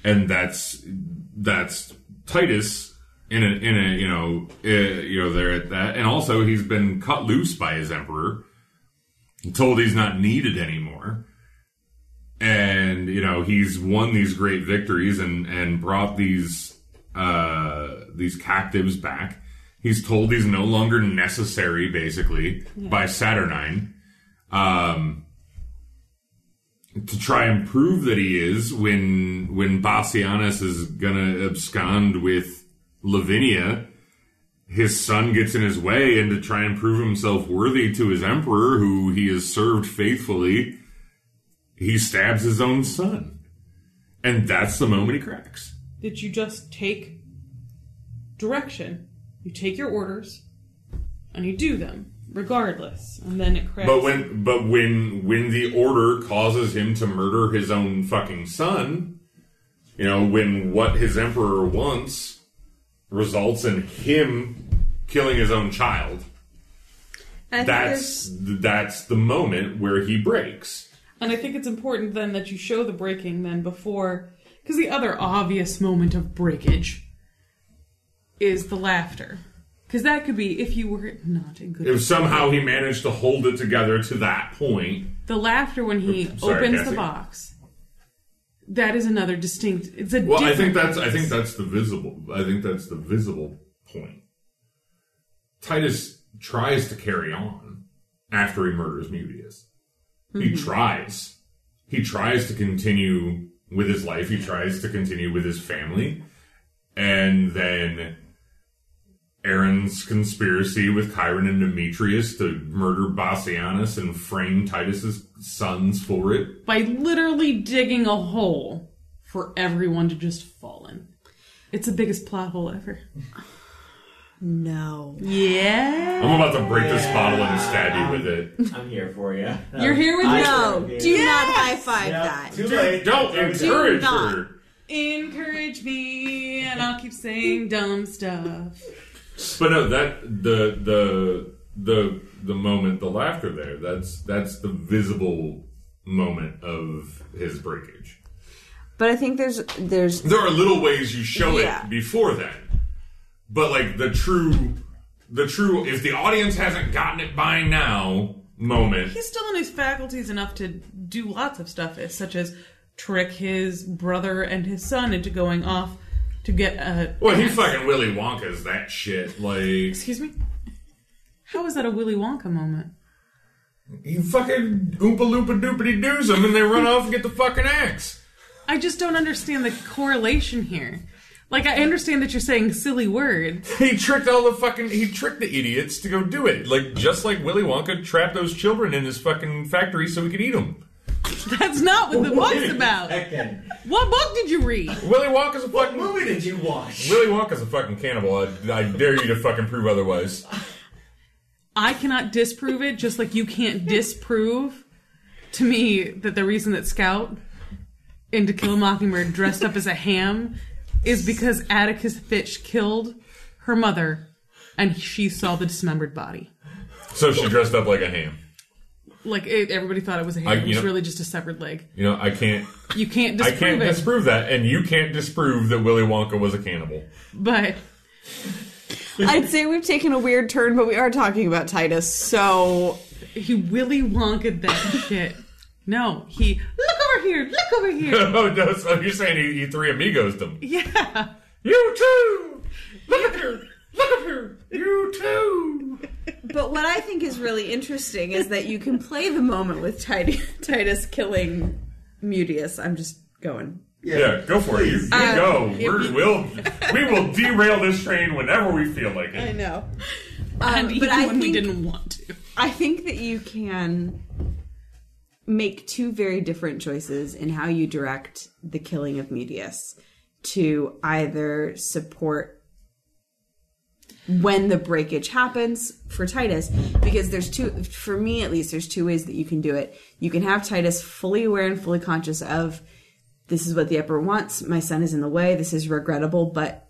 and that's that's Titus in a in a you know uh, you know there at that, and also he's been cut loose by his emperor, told he's not needed anymore, and you know he's won these great victories and and brought these uh these captives back. He's told he's no longer necessary, basically, by Saturnine. Um, to try and prove that he is when when Bassianus is gonna abscond with Lavinia, his son gets in his way, and to try and prove himself worthy to his emperor, who he has served faithfully, he stabs his own son, and that's the moment he cracks.
that you just take direction you take your orders and you do them regardless and then it cracks
But when but when when the order causes him to murder his own fucking son, you know, when what his emperor wants results in him killing his own child,
and I think there's-
that's that's the moment where he breaks.
And I think it's important then that you show the breaking then before, because the other obvious moment of breakage is the laughter. Because that could be if you were not in good.
If somehow he managed to hold it together to that point,
The laughter when he
Sorry,
opens
Cassie.
the box that is another distinct. It's a
Well, I
different
think that's I
place.
think that's the visible I think that's the visible point. Titus tries to carry on after he murders Mutius. He tries. He tries to continue with his life. He tries to continue with his family. And then Aaron's conspiracy with Chiron and Demetrius to murder Bassianus and frame Titus's sons for it.
by literally digging a hole for everyone to just fall in. It's the biggest plot hole ever.
No.
Yeah.
I'm about to break this bottle and stab you with it.
I'm here for you.
You're here with me.
No. Do not high five
Yeah,
that.
*laughs* Too late.
Don't encourage
not.
her.
Encourage me, and I'll keep saying dumb stuff.
But no, that the the the the moment, the laughter there. That's that's the visible moment of his breakage.
But I think there's there's *laughs*
There are little ways you show
Yeah.
it before then, but like the true, the true. If the audience hasn't gotten it by now, moment.
He's still in his faculties enough to do lots of stuff, as- such as trick his brother and his son into going off to get a.
Well, he fucking Willy Wonka's that shit. Like
Excuse me. How is that a Willy Wonka moment?
he fucking oompa loompa doopity doos them, and they run off and get the fucking axe.
I just don't understand the correlation here. Like, I understand that you're saying silly words. *laughs*
He tricked all the fucking. He tricked the idiots to go do it. Like just like Willy Wonka trapped those children in his fucking factory so he could eat them.
That's not what the book's about.
Second.
What book did you read?
Willy Wonka's a
What
fucking.
movie did you watch?
Willy Wonka's a fucking cannibal. I, I dare you to fucking prove otherwise.
I cannot disprove it, just like you can't disprove to me that the reason that Scout in To Kill a Mockingbird dressed up as a ham is because Atticus Fitch killed her mother and she saw the dismembered body.
So she dressed up like a ham.
Like, it, everybody thought it was a ham.
I-
it
you
was
know-
really just a severed leg.
You know, I can't.
You can't
I
disprove
can't
it.
disprove that, and you can't disprove that Willy Wonka was a cannibal. *laughs*
but
I'd say we've taken a weird turn, but we are talking about Titus, so
he Willy Wonka that shit. No, he, look over here, look over here.
*laughs* oh no! So you're saying he, he three amigos them?
Yeah.
You too. Look at her. Look at her. You too.
But what I think is really interesting is that you can play the moment with Titus, Titus killing Mutius. I'm just going.
Yeah, go for it. You, you
Uh,
go. We're, we'll we will derail this train whenever we feel like
I
it.
know.
And
Um,
even
but I
when
think,
we didn't want to.
I think that you can make two very different choices in how you direct the killing of Mutius to either support when the breakage happens for Titus because there's two for me at least there's two ways that you can do it. You can have Titus fully aware and fully conscious of this is what the emperor wants. My son is in the way. This is regrettable, but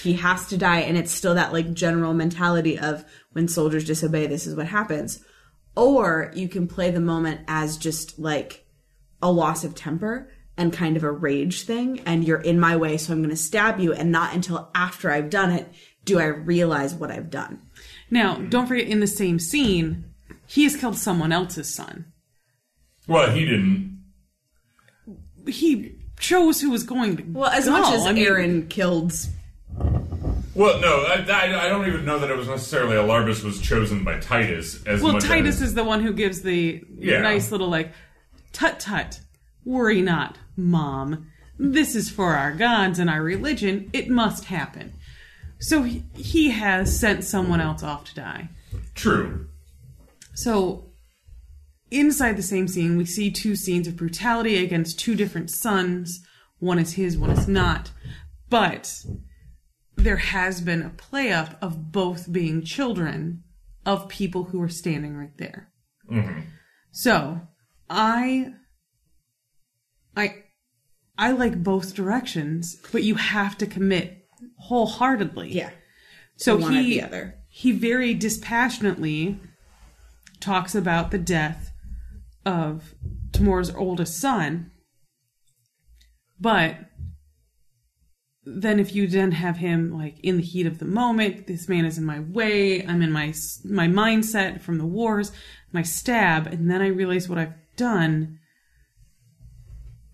he has to die and it's still that like general mentality of when soldiers disobey this is what happens. Or you can play the moment as just like a loss of temper and kind of a rage thing and you're in my way so I'm going to stab you and not until after I've done it do I realize what I've done.
Now,
Mm-hmm.
don't forget, in the same scene, he has killed someone else's son.
Well, he didn't.
He chose who was going to.
Well, as
go.
much as
I mean,
Aaron killed
Well, no, I, I, I don't even know that it was necessarily Alarbus was chosen by Titus as
Well,
much
Titus
as,
is the one who gives the
Yeah.
nice little like, tut tut, worry not, mom. This is for our gods and our religion. It must happen. So he, he has sent someone else off to die.
true.
So, inside the same scene, we see two scenes of brutality against two different sons. One is his, one is not. But there has been a play up of both being children of people who are standing right there. So, I, I, I like both directions, but you have to commit wholeheartedly.
yeah
So
one or
he
the other.
he very dispassionately talks about the death of Tamor's oldest son, but then if you then have him like in the heat of the moment, this man is in my way. I'm in my s- my mindset from the wars, my stab, and then I realize what I've done.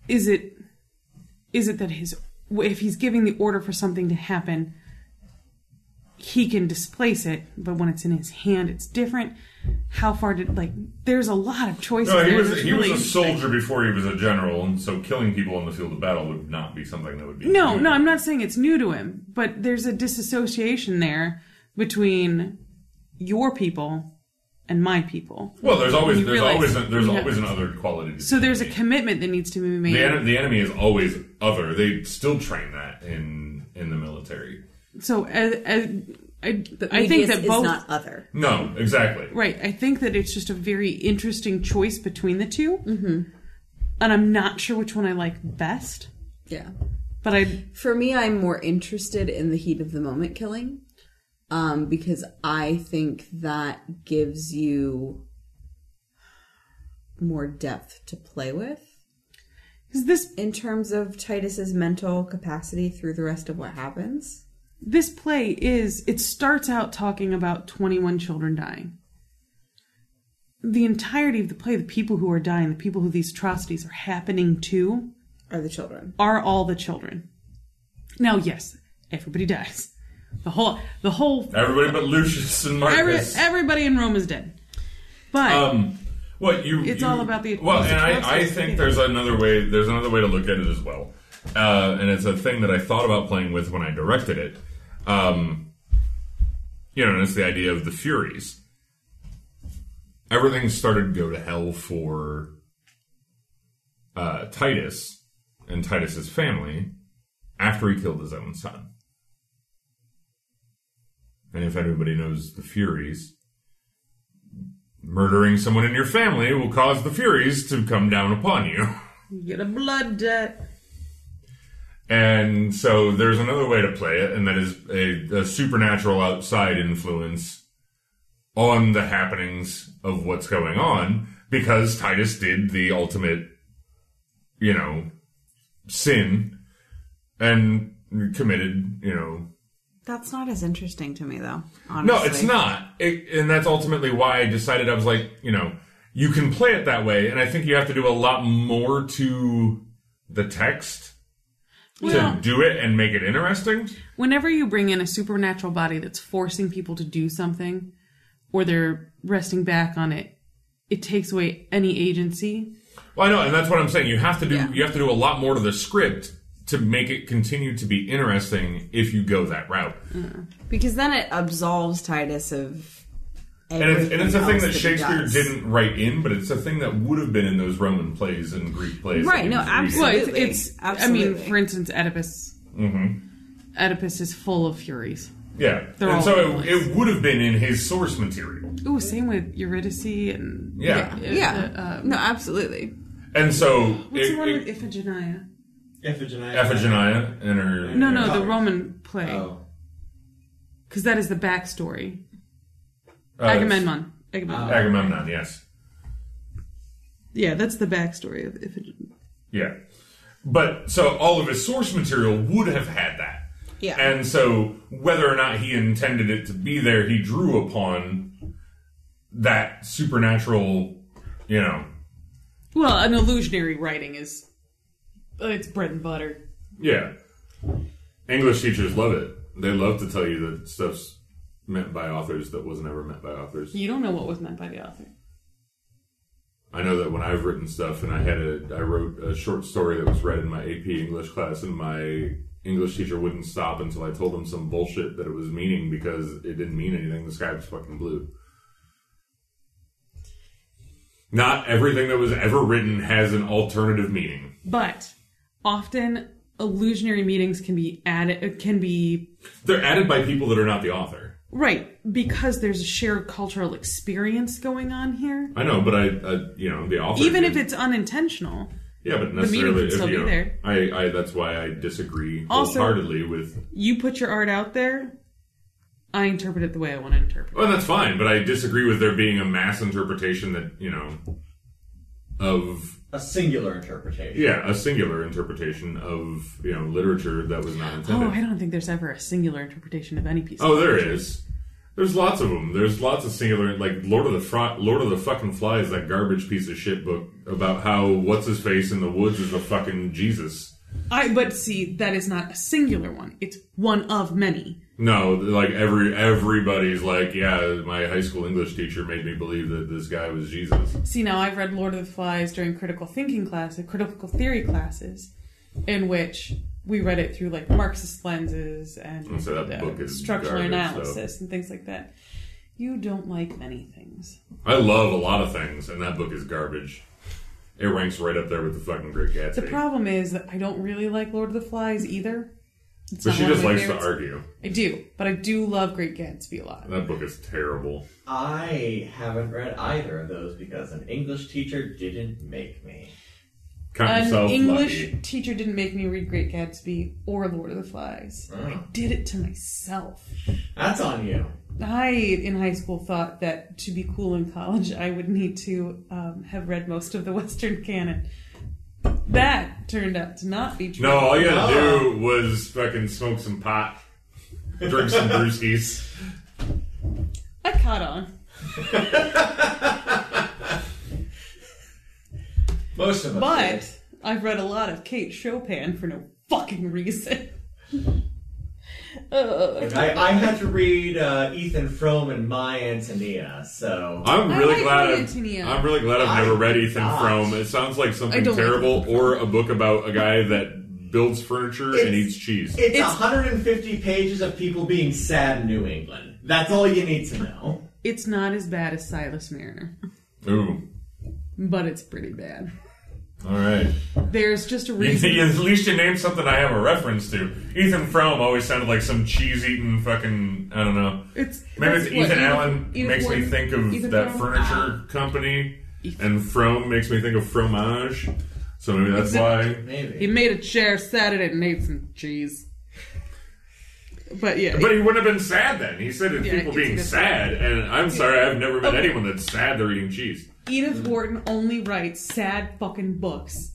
Is it is it that his if he's giving the order for something to happen, he can displace it, but when it's in his hand, it's different. How far did like? There's a lot of choices.
No, he
there.
was
There's
he
really-
was a soldier before he was a general, and so killing people on the field of battle would not be something that would be.
No, no, I'm not saying it's new to him, but there's a disassociation there between your people and my people.
Well, there's always
You
there's
realize-
always a, there's
yeah.
always an other quality. to
So there's a
the
commitment that needs to be made.
enemy, the enemy is always other. They still train that in in the military.
So as, as, I,
But
I think
Medius
that
is
both
not other.
No, exactly.
Right. I think that it's just a very interesting choice between the 2 Mm-hmm. And I'm not sure which one I like best,
Yeah.
but I
For me, I'm more interested in the heat of the moment killing um, because I think that gives you more depth to play with
cause this
in terms of Titus's mental capacity through the rest of what happens.
this play is it starts out talking about 21 children dying. The entirety of the play, the people who are dying, the people who these atrocities are happening to,
Are the children?
are all the children. Now, yes, everybody dies. The whole the whole
Everybody but Lucius and
every,
Marcus.
everybody in Rome is dead. But
um, what you?
It's
you-
all about the-
well,
it's
and
the
I, I
process,
think
yeah.
there's another way. There's another way to look at it as well, uh, and it's a thing that I thought about playing with when I directed it. Um, you know, and it's the idea of the Furies. Everything started to go to hell for uh, Titus and Titus's family after he killed his own son. And if anybody knows the Furies, murdering someone in your family will cause the Furies to come down upon you. *laughs*
you get a blood debt.
And so there's another way to play it, and that is a, a supernatural outside influence on the happenings of what's going on, because Titus did the ultimate, you know, sin and committed, you know,
That's not as interesting to me, though. Honestly.
No, it's not. It, and that's ultimately why I decided I was like, you know, you can play it that way. And I think you have to do a lot more to the text
Well-
to do it and make it interesting.
whenever you bring in a supernatural body that's forcing people to do something or they're resting back on it it takes away any agency
Well, I know. And that's what I'm saying. You have to do,
Yeah.
you have to do a lot more to the script to make it continue to be interesting if you go that route.
Mm-hmm. because then it absolves Titus of.
And it's, and it's a thing
everything
that
else he
Shakespeare
does.
didn't write in, but it's a thing that would have been in those Roman plays and Greek plays. that
Right,
he
no,
was reading.
absolutely.
well it's, it's i mean
Absolutely.
for instance oedipus oedipus is full of furies
Yeah.
They're all
and so
families.
it, it would have been in his source material.
ooh same with eurydice and
Yeah.
Yeah.
uh, um,
no, absolutely.
And so
what's the
it-
one
it-
with iphigenia
Iphigenia.
Iphigenia and her.
no no the
Oh.
roman play
Oh.
because that is the backstory
uh,
agamemnon agamemnon
Agamemnon, yes.
Oh. yeah that's the backstory of iphigenia
Yeah. But so all of his source material would have had that.
Yeah.
And so whether or not he intended it to be there, he drew upon that supernatural, you know.
Well, an illusionary writing is uh, it's bread and butter.
Yeah. English teachers love it. They love to tell you that stuff's meant by authors that was never meant by authors.
You don't know what was meant by the author.
I know that when I've written stuff and I had a I wrote a short story that was read in my AP English class and my English teacher wouldn't stop until I told him some bullshit that it was meaning because it didn't mean anything. The sky was fucking blue. Not everything that was ever written has an alternative meaning.
But often illusionary meanings can be added uh, can be
They're added by people that are not the author.
right because there's a shared cultural experience going on here.
I know, but I, I you know, the author
Even if
didn't-
it's unintentional,
yeah, but
meaning
necessarily
could still
if,
be
you know,
there.
I, I that's why I disagree
Also-
wholeheartedly with
you put your art out there. I interpret it the way I want to interpret.
Well, that's fine, but I disagree with there being a mass interpretation that you know of
A singular interpretation.
yeah a singular interpretation of you know literature that was not
it. Oh, I
intended.
don't think there's ever a singular interpretation of any piece.
Oh,
of
there
literature.
is. There's lots of them. There's lots of singular like Lord of the Fro- Lord of the fucking Flies, that garbage piece of shit book about how what's his face in the woods is the fucking Jesus.
I but see that is not a singular one. It's one of many.
No, like every everybody's like, yeah, my high school English teacher made me believe that this guy was Jesus.
See, now I've read Lord of the Flies during critical thinking classes, critical theory classes, in which we read it through like Marxist lenses and
Oh, So that book is
structural
garbage,
analysis and things like that. You don't like many things.
I love a lot of things, and that book is garbage. It ranks right up there with the fucking Great Gatsby.
The problem is that I don't really like Lord of the Flies either. It's
but
not
she
one of
just
my
likes to
favorites.
argue.
I do, but I do love Great Gatsby a lot.
That book is terrible.
I haven't read either of those because an English teacher didn't make me.
Count
An
yourself
English
lucky.
teacher didn't make me read Great Gatsby or Lord of the Flies.
Oh.
I did it to myself.
That's on you.
I, in high school, thought that to be cool in college, I would need to um, have read most of the Western canon. That turned out to not be true.
No, all you had to
Oh.
do was fucking smoke some pot, drink some brewskis.
I caught on.
Most of us.
But
did.
I've read a lot of Kate Chopin for no fucking reason. Ugh.
And I, I had to read uh, Ethan Frome and My Antonia, so
I'm
I
really
like
glad.
Maria
I've,
Antonia.
I'm really glad I've
I
never read
did
Ethan
not.
Frome. It sounds like something
don't like
terrible,
Ethan
or a book about a guy that builds furniture and
It's-
eats cheese.
it's, 150 pages of people being sad in New England. That's all you need to know.
It's not as bad as Silas Mariner,
Ooh,
but it's pretty bad.
all right.
There's just a
You,
reason.
at least you named something I have a reference to. Ethan Frome always sounded like some cheese-eating fucking. I don't know.
It's
Maybe
that's
it's
what
Ethan Allen
Ethan
makes me
Warren-
think of
Ethan
that
Frome? Ah.
furniture company,
Ethan.
and Frome makes me think of fromage. So maybe that's
Exactly.
why.
He
Maybe.
made a chair, sat in it, and ate some cheese. But yeah,
But he wouldn't have been sad then. He said it's
Yeah,
people
it's
being
different.
sad, and I'm sorry, I've never met
Okay.
anyone that's sad they're eating cheese. Mm-hmm.
Edith Wharton only writes sad fucking books.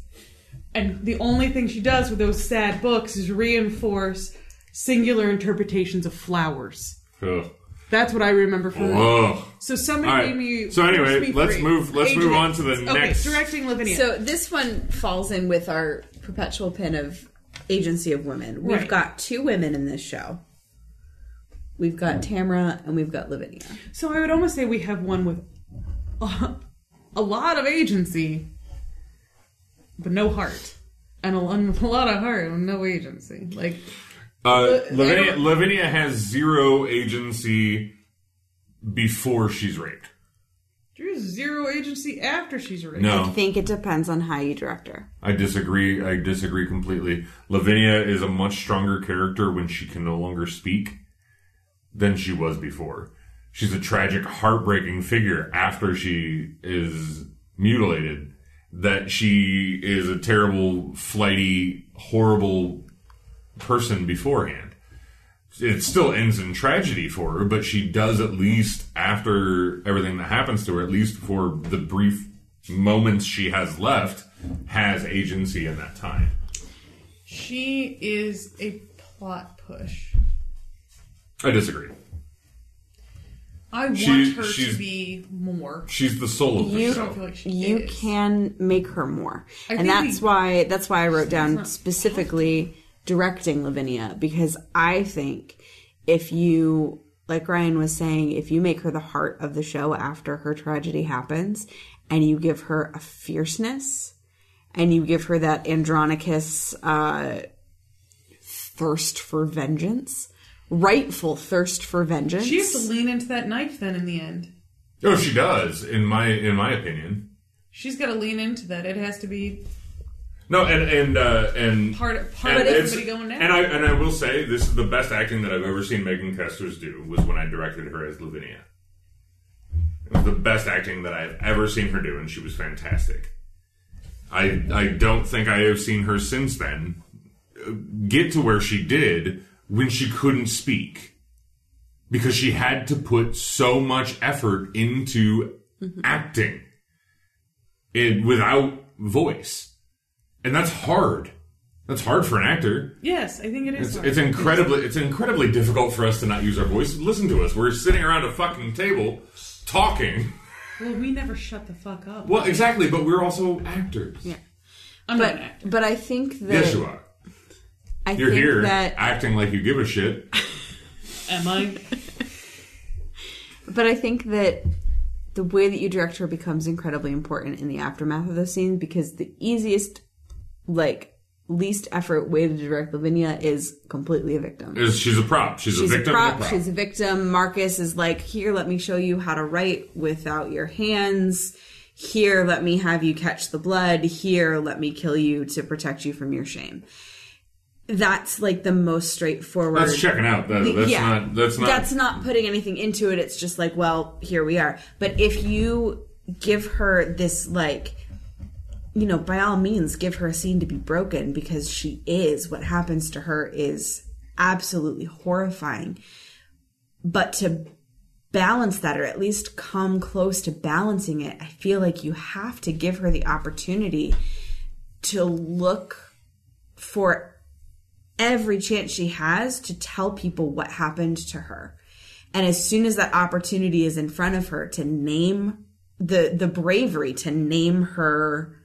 And the only thing she does with those sad books is reinforce singular interpretations of flowers.
Ugh.
That's what I remember from
Ugh. Uh,
So somebody
All right.
gave me.
So anyway,
Speak
let's
Free.
move- let's
Age of
move on to the
Innocence.
next-
Okay, directing Lavinia.
So this one falls in with our perpetual pin of agency of women. We've
Right.
got two women in this show. We've got Tamara and we've got Lavinia.
So I would almost say we have one with a, a lot of agency, but no heart, and a, and a lot *laughs* of heart and no agency. Like
Uh,
I
Lavinia,
don't-
Lavinia has zero agency before she's raped.
there's zero agency after she's raped.
I
No,
think it depends on how you direct her.
I disagree. I disagree completely. Lavinia is a much stronger character when she can no longer speak than she was before. She's a tragic, heartbreaking figure after she is mutilated. That she is a terrible, flighty, horrible person beforehand. It still ends in tragedy for her, but she does at least after everything that happens to her, at least for the brief moments she has left, has agency in that time.
She is a plot push.
I disagree.
I want
She-
her
she's-
to be more.
She's the soul of
I
You-
don't
herself.
feel like she
You
is.
can make her more.
I
and
think
that's
we-
why that's why I wrote down specifically directing Lavinia because I think if you like Ryan was saying, if you make her the heart of the show after her tragedy happens and you give her a fierceness and you give her that Andronicus uh, thirst for vengeance, rightful thirst for vengeance.
She has to lean into that knife then in the end.
Oh, she does, in my in my opinion.
She's got to lean into that. It has to be
No, and and uh, and
part part of
and it's-
everybody going down.
And I and I will say this is the best acting that I've ever seen Megan Kesters do was when I directed her as Lavinia. It was the best acting that I've ever seen her do, and she was fantastic. I I don't think I have seen her since then uh, get to where she did when she couldn't speak because she had to put so much effort into
Mm-hmm.
acting it without voice and that's hard that's hard for an actor
yes, I think it is.
it's,
hard.
it's incredibly it's incredibly difficult for us to not use our voice listen to us we're sitting around a fucking table talking
Well, we never shut the fuck up.
well exactly but we're also actors
I'm not an
but
actor.
but I think that
yes you are
I
You're
think
here
that
acting like you give a shit.
Am I?
But I think that the way that you direct her becomes incredibly important in the aftermath of those scenes because the easiest, like, least effort way to direct Lavinia is completely a victim.
Is she's a prop. She's,
She's
a
a
victim. of
prop,
a prop.
she's a victim. Marcus is like, here, let me show you how to write without your hands. Here, let me have you catch the blood. Here, let me kill you to protect you from your shame. That's like the most straightforward
that's checking out. That, that's
yeah.
not. That's not.
That's not putting anything into it. It's just like, well, here we are. But if you give her this, like, you know, by all means, give her a scene to be broken because she is. What happens to her is absolutely horrifying. But to balance that, or at least come close to balancing it, I feel like you have to give her the opportunity to look for every chance she has to tell people what happened to her. And as soon as that opportunity is in front of her to name the the bravery to name her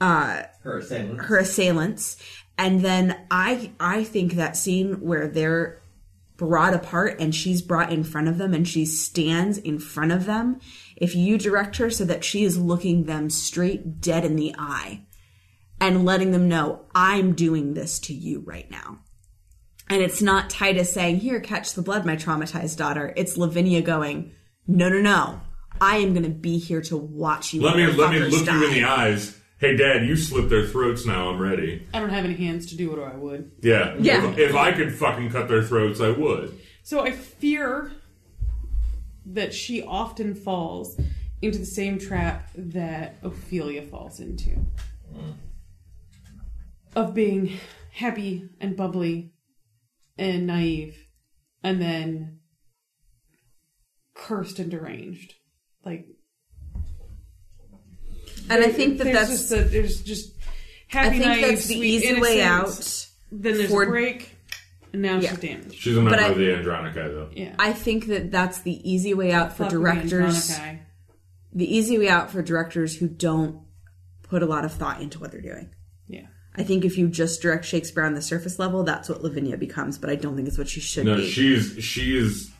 Her assailant.
her assailants and then i i think that scene where they're brought apart and she's brought in front of them and she stands in front of them if you direct her so that she is looking them straight dead in the eye and letting them know i'm doing this to you right now and it's not titus saying here catch the blood my traumatized daughter it's lavinia going no no no i am going to be here to watch you
let me let me
motherfuckers
look you in
die."
the eyes. Hey, Dad, you slit their throats. Now I'm ready.
I don't have any hands to do what I would.
Yeah.
Yeah.
If, if I could fucking cut their throats, I would.
So I fear that she often falls into the same trap that Ophelia falls into of being happy and bubbly and naive and then cursed and deranged. Like
and i think that
there's
that's
just a, there's just happy
I think
naive,
that's the
sweet,
easy way
innocent.
out.
Then there's
for-
a break and now
Yeah.
she's damaged.
She's a member
But I-
of the Andronica, though.
Yeah.
I think that that's the easy way out for
Fuck me,
directors.
Andronicai.
The easy way out for directors who don't put a lot of thought into what they're doing.
Yeah.
I think if you just direct Shakespeare on the surface level, that's what Lavinia becomes, but I don't think it's what she should
No,
be.
she's she's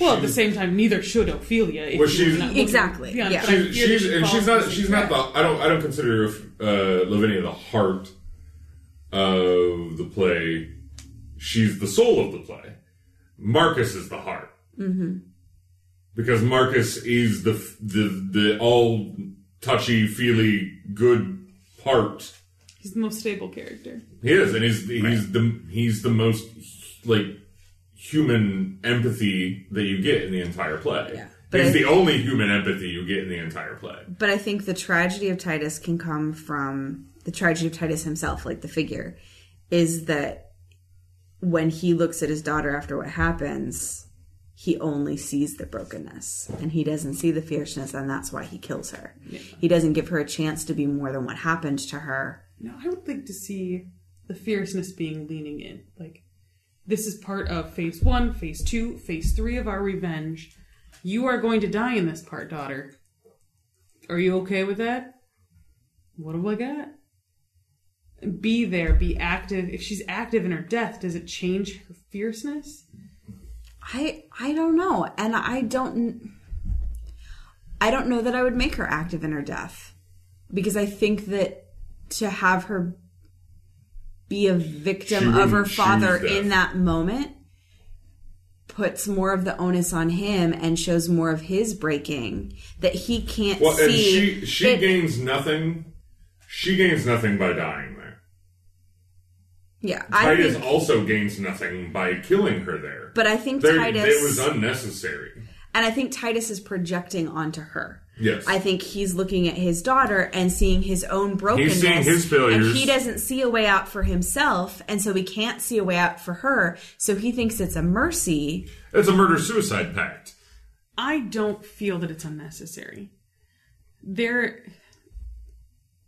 Well, at the same time, neither should Ophelia. If
Well,
you
she's-
were not looking
Exactly,
beyond-
yeah.
but I
she's,
fear that
she's
she
and she's
falls
not
into
she's
that.
not the I don't I don't consider uh, Lavinia the heart of the play. She's the soul of the play. Marcus is the heart mm-hmm. because Marcus is the f- the the all touchy feely good part.
He's the most stable character.
He is, and he's he's the he's the most like human empathy that you get in the entire play.
Yeah. But
he's
I-
the only human empathy you get in the entire play.
But I think the tragedy of Titus can come from the tragedy of Titus himself, like the figure, is that when he looks at his daughter after what happens, he only sees the brokenness and he doesn't see the fierceness, and that's why he kills her. He doesn't give her a chance to be more than what happened to her.
No, I would like to see the fierceness being leaning in. Like, this is part of phase one, phase two, phase three of our revenge. You are going to die in this part, daughter. Are you okay with that? What do I got? Be there, be active. If she's active in her death, does it change her fierceness?
I I don't know, and I don't I don't know that I would make her active in her death because I think that to have her be a
She
victim
wouldn't
of her father
choose death.
in that moment puts more of the onus on him and shows more of his breaking that he can't
Well,
see.
and she she
It-
gains nothing. She gains nothing by dying there.
yeah, I
Titus
think,
also gains nothing by killing her there.
but I think
There-
Titus
it was unnecessary.
and I think Titus is projecting onto her.
Yes,
I think he's looking at his daughter and seeing his own brokenness.
He's seeing his failures.
And he doesn't see a way out for himself, and so he can't see a way out for her. So he thinks it's a mercy.
it's a murder suicide pact.
I don't feel that it's unnecessary. There,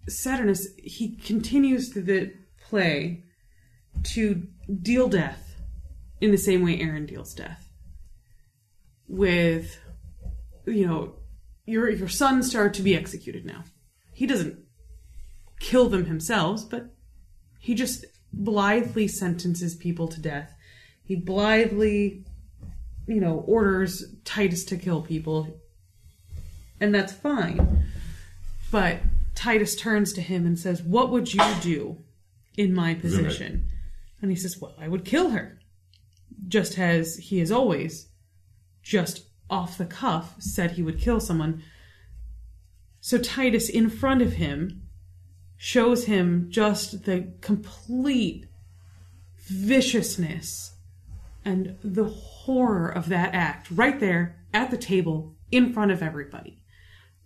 Saturnus, he continues through the play to deal death in the same way Aaron deals death. With, you know, your your sons start to be executed now. He doesn't kill them himself, but he just blithely sentences people to death. He blithely, you know, orders Titus to kill people. And that's fine. But Titus turns to him and says, What would you do in my position? And he says, Well, I would kill her. Just as he has always, just off the cuff, said he would kill someone. So Titus, in front of him, shows him just the complete viciousness and the horror of that act right there at the table in front of everybody.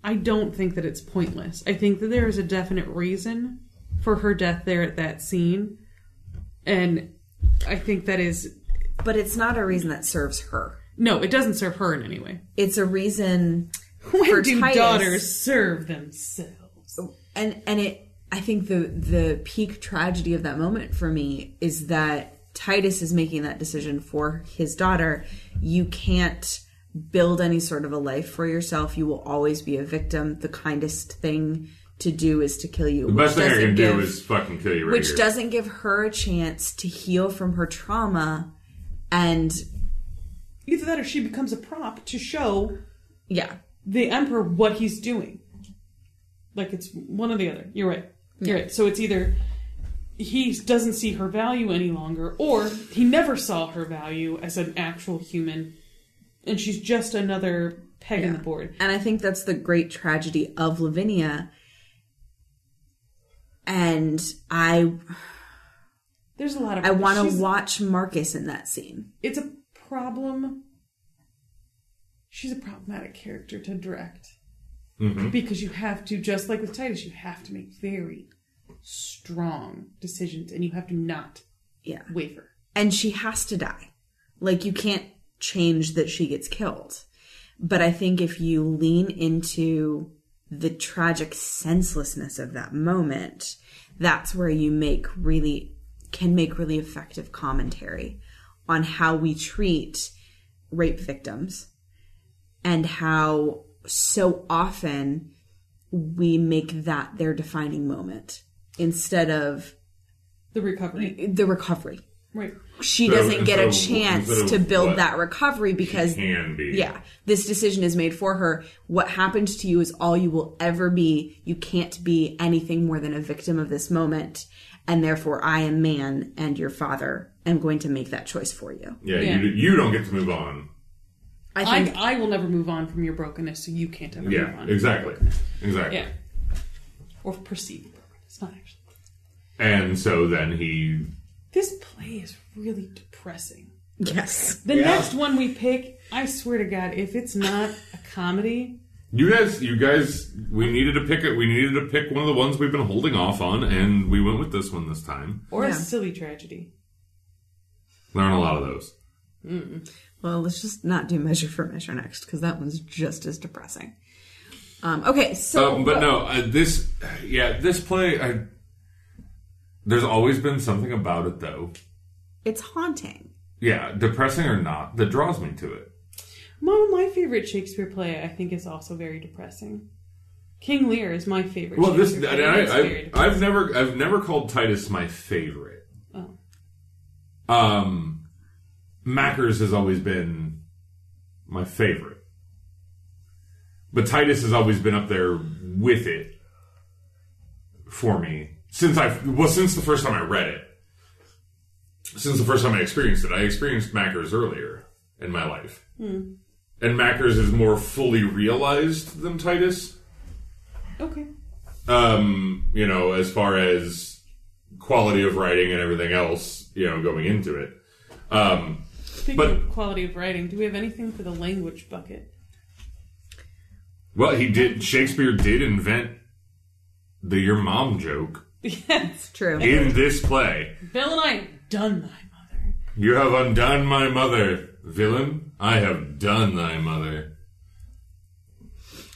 I don't think that it's pointless. I think that there is a definite reason for her death there at that scene. And I think that is
But it's not a reason that serves her.
no, it doesn't serve her in any way.
It's a reason
*laughs* When
for
do
Titus-
daughters serve themselves?
and and it i think the the peak tragedy of that moment for me is that titus is making that decision for his daughter you can't build any sort of a life for yourself you will always be a victim the kindest thing to do is to kill you
The best thing I can do
give-
is fucking kill you right
which
here.
doesn't give her a chance to heal from her trauma and
Either that or she becomes a prop to show
yeah
the emperor what he's doing. Like it's one or the other. You're right. You're right. So it's either he doesn't see her value any longer, or he never saw her value as an actual human, and she's just another peg in the board.
And I think that's the great tragedy of Lavinia. And I
There's a lot of
I want
she's-
to watch Marcus in that scene.
It's a problem. She's a problematic character to direct because you have to, just like with Titus, you have to make very strong decisions, and you have to not
Yeah.
waver.
And she has to die. Like you can't change that she gets killed. But I think if you lean into the tragic senselessness of that moment, that's where you make really can make really effective commentary on how we treat rape victims and how so often we make that their defining moment instead of
The recovery,
the recovery
right?
she
So,
doesn't get a
so instead
chance
of
to build
what
that recovery because
can be.
yeah this decision is made for her what happened to you is all you will ever be you can't be anything more than a victim of this moment and therefore i am man and your father am going to make that choice for you
Yeah,
Yeah.
You, you don't get to move on.
i
I,
think *laughs*
I will never move on from your brokenness, so you can't ever move
Yeah,
on.
exactly. Exactly.
Yeah, or perceived brokenness, not actually.
And so then he.
This play is really depressing.
yes
The
Yeah.
next one we pick, I swear to God, if it's not a comedy,
You guys, you guys, we needed to pick it. We needed to pick one of the ones we've been holding off on, and we went with this one this time.
or
Yeah.
a silly tragedy.
Learn a lot of those.
well let's just not do measure for measure next because that one's just as depressing um, okay so
Um, but no, uh, this, yeah, this play. I, there's always been something about it, though.
it's haunting
Yeah, depressing or not, that draws me to it.
Mom, my favorite Shakespeare play, I think, is also very depressing. King Lear is my favorite.
Well, this,
Shakespeare
and
play. It's
I,
very
I,
depressing.
I've never, I've never called Titus my favorite.
Oh.
Um, Mackers has always been my favorite, but Titus has always been up there with it for me since I well since the first time I read it. Since the first time I experienced it, I experienced Mackers earlier in my life, and Mackers is more fully realized than Titus
okay.
um, you know, as far as quality of writing and everything else, you know, going into it. Um,
Speaking
But-
of quality of writing, do we have anything for the language bucket? *laughs*
well, he did. Shakespeare did invent the "your mom" joke
Yes,
true
in this play.
Bill and I have done my mother.
You have undone my mother, villain. I have done thy mother.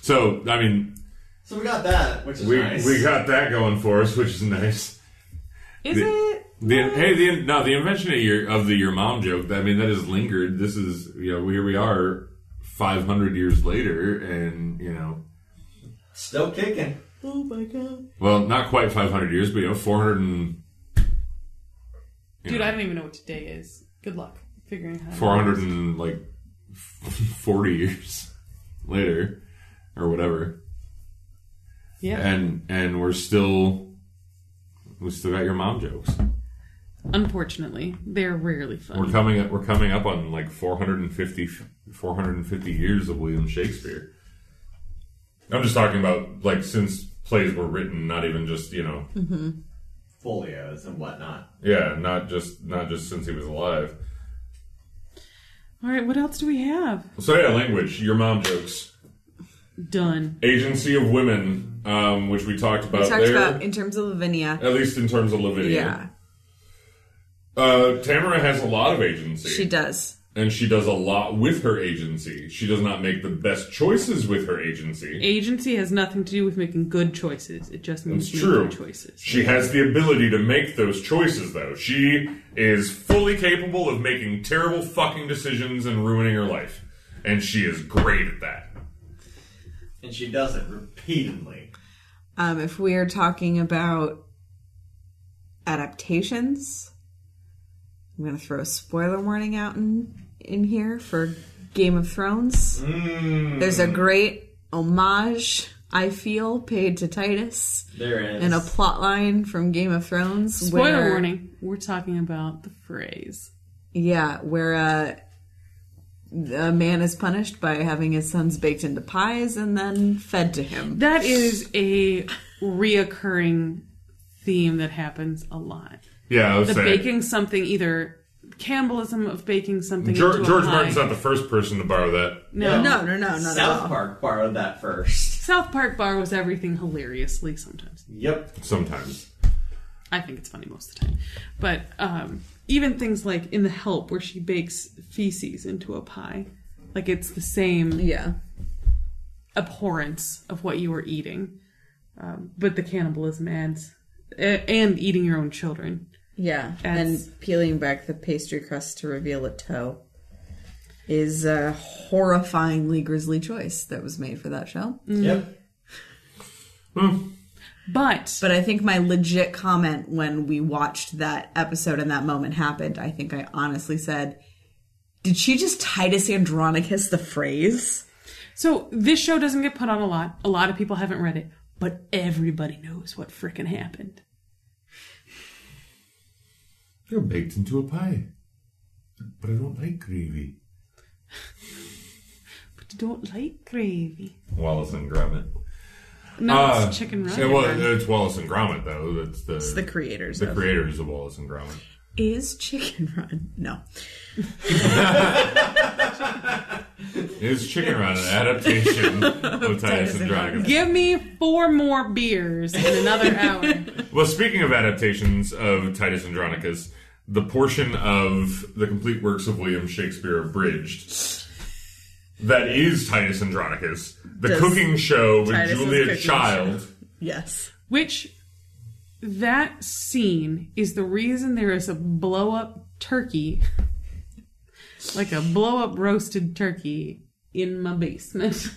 So, I mean,
So we got that, which is
we
nice.
we got that going for us, which is nice.
Is
The-
it?
The, hey, the, no, the invention of your of the your mom joke. I mean, that has lingered. This is you know here we are, five hundred years later, and you know,
Still kicking.
Oh my god!
well, not quite five hundred years, but you know, four hundred and you
Dude,
know,
I don't even know what today is. Good luck figuring out.
400 and like *laughs* 40 years later or whatever
Yeah.
and and we're still we still got your mom jokes
Unfortunately, they're rarely funny.
Um,
we're coming up we're coming up on like 450 450 years of william shakespeare i'm just talking about like since plays were written not even just you know
Hmm.
folios and whatnot.
yeah not just not just since he was alive
All right, what else do we have?
so yeah language your mom jokes
Done.
agency of women um, which we talked about
We talked
there
about in terms of Lavinia.
at least in terms of lavinia
Yeah,
Uh, Tamara has a lot of agency.
she does.
And she does a lot with her agency. She does not make the best choices with her agency.
Agency has nothing to do with making good choices. It just means
It's
making
true.
choices.
She has the ability to make those choices, though. She is fully capable of making terrible fucking decisions and ruining her life. And she is great at that.
And she does it repeatedly.
Um, if we are talking about adaptations, I'm going to throw a spoiler warning out in, in here for Game of Thrones.
Mm.
There's a great homage, I feel, paid to Titus
There is.
in a plot line from Game of Thrones.
Spoiler
where-
warning: We're talking about the phrase.
Yeah, where uh, a man is punished by having his sons baked into pies and then fed to him.
That is a reoccurring theme that happens a lot.
Yeah, I was
The
saying.
baking something, either cannibalism of baking something.
George,
into a
George
pie.
Martin's not the first person to borrow that.
No.
No, no, no, not at all.
South Park borrowed that first. *laughs*
South Park bar was everything hilariously sometimes.
Yep.
Sometimes.
I think it's funny most of the time. But um, even things like in The Help, where she bakes feces into a pie, like it's the same
Yeah.
abhorrence of what you were eating. Um, but the cannibalism adds, a- and eating your own children.
Yeah,
That's-
and peeling back the pastry crust to reveal a toe is a horrifyingly grisly choice that was made for that show.
Yep.
But,
But I think my legit comment when we watched that episode and that moment happened, I think I honestly said, "Did she just Titus Andronicus the phrase?"
so this show doesn't get put on a lot. A lot of people haven't read it, but everybody knows what frickin' happened.
You're baked into a pie. But I don't like gravy.
But you don't like gravy.
Wallace and Gromit.
No,
Uh,
it's chicken
It
run.
was, it's Wallace and Gromit, though. That's the,
It's the creators.
the
of-
creators of Wallace and Gromit.
is Chicken Run? No.
It's Chicken Run, an adaptation of Titus and Andronicus.
Give me four more beers in another hour.
Well, speaking of adaptations of Titus Andronicus, the portion of the complete works of William Shakespeare abridged that is Titus Andronicus, the
Does
cooking show with
Titus's
Julia
cooking
Child.
Yes.
Which that scene is the reason there is a blow up turkey, *laughs* like a blow up roasted turkey in my basement.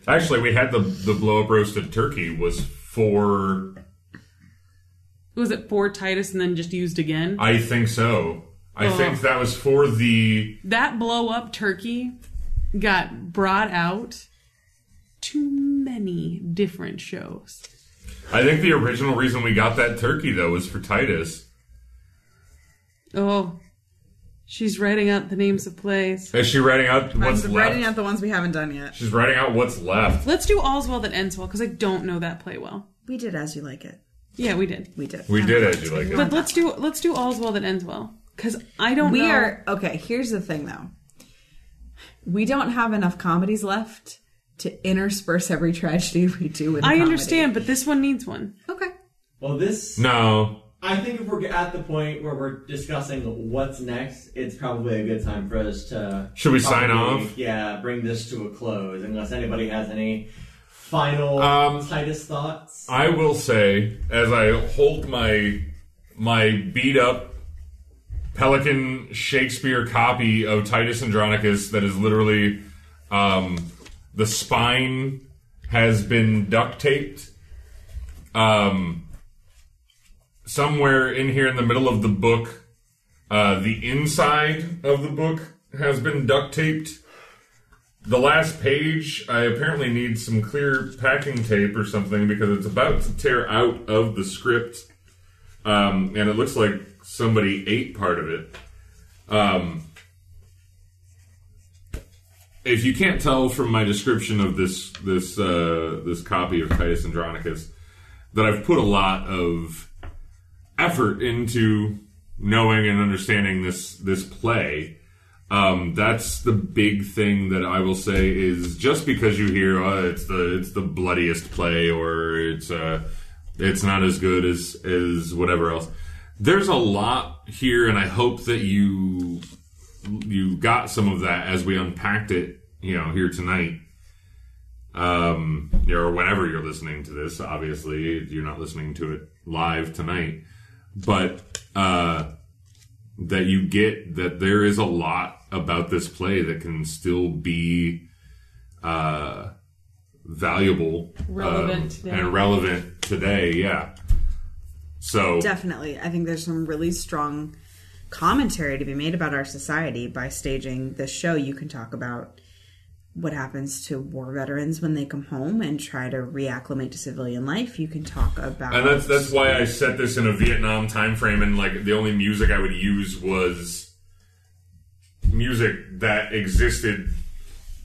*laughs*
Actually, we had the the blow up roasted turkey was for
Was it for Titus and then just used again?
I think so. I
Oh.
think that was for the
That blow up turkey got brought out to many different shows.
I think the original reason we got that turkey though was for Titus.
Oh, she's writing out the names of plays.
Is she writing out what's
I'm
left?
writing out the ones we haven't done yet.
She's writing out what's left.
Let's do All's Well That Ends Well because I don't know that play well.
We did as you like it.
Yeah, we did.
We did.
We did it. You like
But
it?
let's do let's do All's Well That Ends Well because I don't.
We
know.
are okay. Here's the thing, though. We don't have enough comedies left to intersperse every tragedy *laughs* we do with.
I understand, but this one needs one.
Okay.
Well, this.
No.
I think if we're at the point where we're discussing what's next, it's probably a good time for us to.
Should we sign
probably,
off?
Yeah, bring this to a close, unless anybody has any final
Um,
Titus thoughts.
I will say, as I hold my my beat up Pelican Shakespeare copy of Titus Andronicus, that is literally um, the spine has been duct taped. Um, somewhere in here, in the middle of the book, Uh, the inside of the book has been duct taped. The last page, I apparently need some clear packing tape or something because it's about to tear out of the script. Um, and it looks like somebody ate part of it. Um, if you can't tell from my description of this this uh, this copy of Titus Andronicus, that I've put a lot of effort into knowing and understanding this this play. Um, that's the big thing that I will say is just because you hear oh, it's the it's the bloodiest play or it's uh, it's not as good as as whatever else. There's a lot here, and I hope that you you got some of that as we unpacked it, you know, here tonight. Um, or whenever you're listening to this, obviously you're not listening to it live tonight, but uh, that you get that there is a lot about this play that can still be uh, valuable, um,
Relevant today.
and relevant today. Yeah. So
Definitely. I think there's some really strong commentary to be made about our society by staging this show. You can talk about what happens to war veterans when they come home and try to reacclimate to civilian life. You can talk about
And that's that's why I set this in a Vietnam time frame, and like the only music I would use was music that existed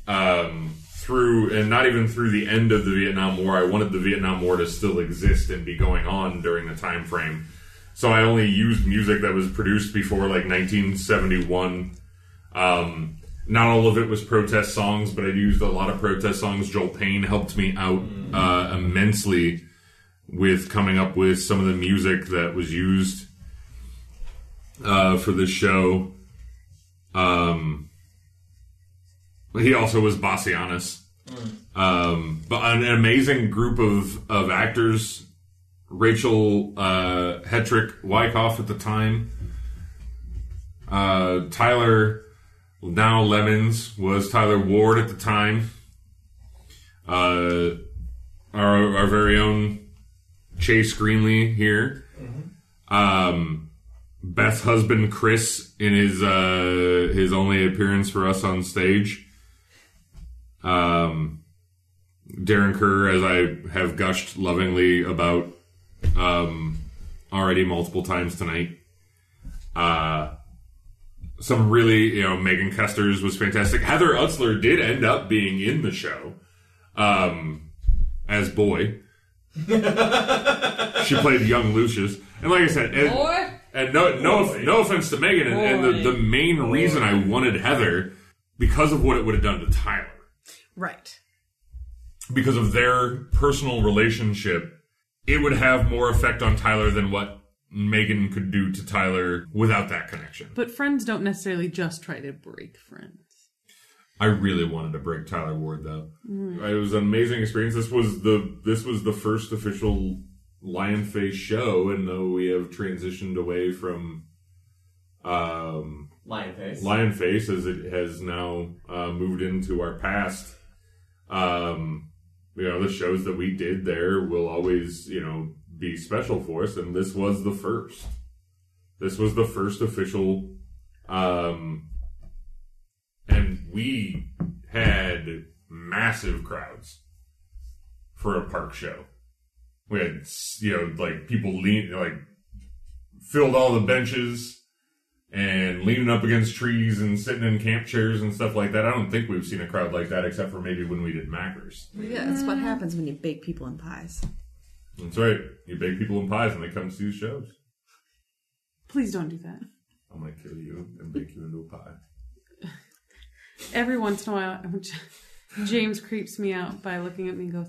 um, through, and not even through the end of the Vietnam War. I wanted the Vietnam War to still exist and be going on during the time frame. So I only used music that was produced before like 1971. Um, not all of it was protest songs, but I used a lot of protest songs. Joel Payne helped me out uh, immensely with coming up with some of the music that was used uh, for this show. Um, he also was Bassianus. Um, but an amazing group of, of actors. Rachel uh, Hetrick Wyckoff at the time. Uh, Tyler, now Lemons, was Tyler Ward at the time. Uh, our, our very own Chase Greenlee here. Um, Beth's husband Chris in his uh, his only appearance for us on stage. Um, Darren Kerr, as I have gushed lovingly about um, already multiple times tonight. Uh, some really, you know, Megan Custer's was fantastic. Heather Utzler did end up being in the show um, as boy. she played young Lucius, and like I said, and,
Boy.
and no, no, no offense to Megan, and, and the,
Boy.
the main reason I wanted Heather because of what it would have done to Tyler,
right.
because of their personal relationship, it would have more effect on Tyler than what Megan could do to Tyler without that connection.
But friends don't necessarily just try to break friends.
I really wanted to break Tyler Ward though.
Mm.
It was an amazing experience. This was the this was the first official Lion Face show, and though we have transitioned away from um,
Lion face.
Lion Face as it has now uh, moved into our past. Um, you know, the shows that we did there will always, you know, be special for us, and this was the first. This was the first official, um, and we had massive crowds for a park show. We had, you know, like people lean, like filled all the benches and leaning up against trees and sitting in camp chairs and stuff like that. I don't think we've seen a crowd like that except for maybe when we did Mackers.
Yeah, that's what happens when you bake people in pies.
That's right. You bake people in pies and they come to see the shows.
Please don't do that.
I'm gonna kill you and bake you into a pie.
Every once in a while, *laughs* I'm j- James creeps me out by looking at me and goes,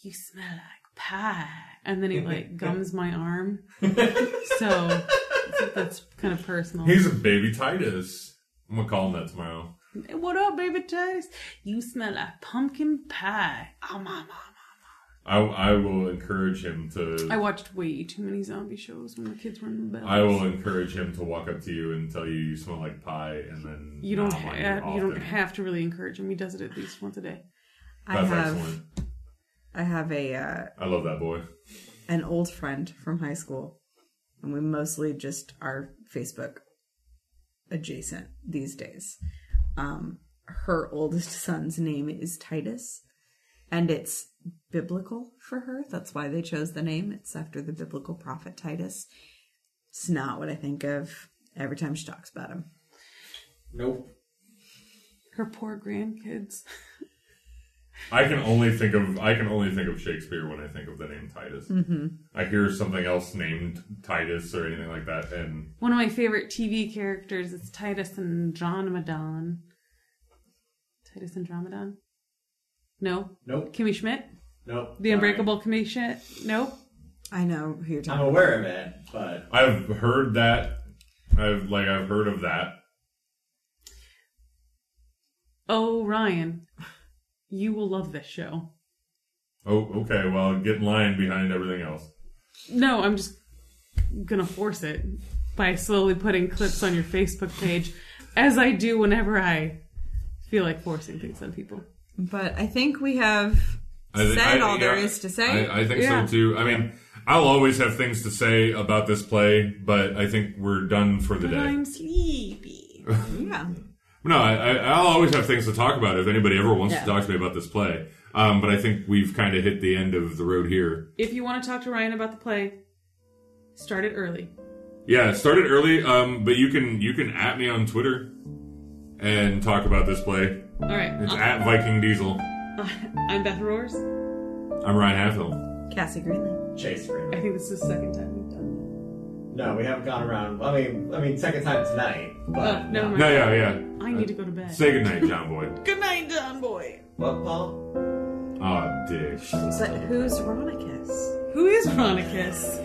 "You smell like pie," and then he
*laughs*
like gums my arm. So that's kind of personal.
He's a baby Titus. I'm gonna call him that tomorrow.
Hey, what up, baby Titus? You smell like pumpkin pie. Oh, mama.
I, I will encourage him to.
I watched way too many zombie shows when the kids were in the bed.
I will encourage him to walk up to you and tell you you smell like pie, and then
You don't
nom on
have, you don't
often.
have to really encourage him. He does it at least once a day.
I
That's
have
excellent.
I have a uh,
I love that boy.
an old friend from high school, and we mostly just are Facebook adjacent these days. Um, her oldest son's name is Titus, and it's biblical for her. That's why they chose the name. It's after the biblical prophet Titus. It's not what I think of every time she talks about him.
Nope.
Her poor grandkids.
I can only think of I can only think of Shakespeare when I think of the name Titus. Mm-hmm. I hear something else named Titus or anything like that, and
One of my favorite TV characters is Titus Andromedon. Titus Andromedon? No.
Nope.
Kimmy Schmidt?
Nope.
The Unbreakable Kimmy Schmidt? No.
I know who you're
I'm
talking
aware of it, but
I've heard that. I've like I've heard of that.
Oh, Ryan. You will love this show.
Oh, okay. Well, get in line behind everything else.
No, I'm just gonna force it by slowly putting clips on your Facebook page, as I do whenever I feel like forcing things on people.
But I think we have
I thi-
said
I-
all there
yeah,
is to say.
I, I think
Yeah.
so too. I mean, I'll always have things to say about this play, but I think we're done for the
But
day.
I'm
*laughs*
sleepy.
yeah.
No, I, I, I'll always have things to talk about if anybody ever wants
Yeah.
to talk to me about this play. Um, but I think we've kind of hit the end of the road here.
If you want to talk to Ryan about the play, start it early.
Yeah, it started early, um, but you can you can at me on Twitter and talk about this play.
All right,
It's at Viking
*laughs*
Diesel.
I'm Beth Roars.
I'm Ryan Hatfield.
Cassie Greenlee.
Chase Green.
I think this is the second time we've done.
No, we haven't gone around. I mean, I mean, second time tonight. But
Uh,
Oh, never mind.
No, yeah, yeah.
I need to go to bed.
Say goodnight, John Boyd.
Good night, Don Boy.
What, Paul?
Aw, dish.
But who's Ronicus?
Who is Ronicus?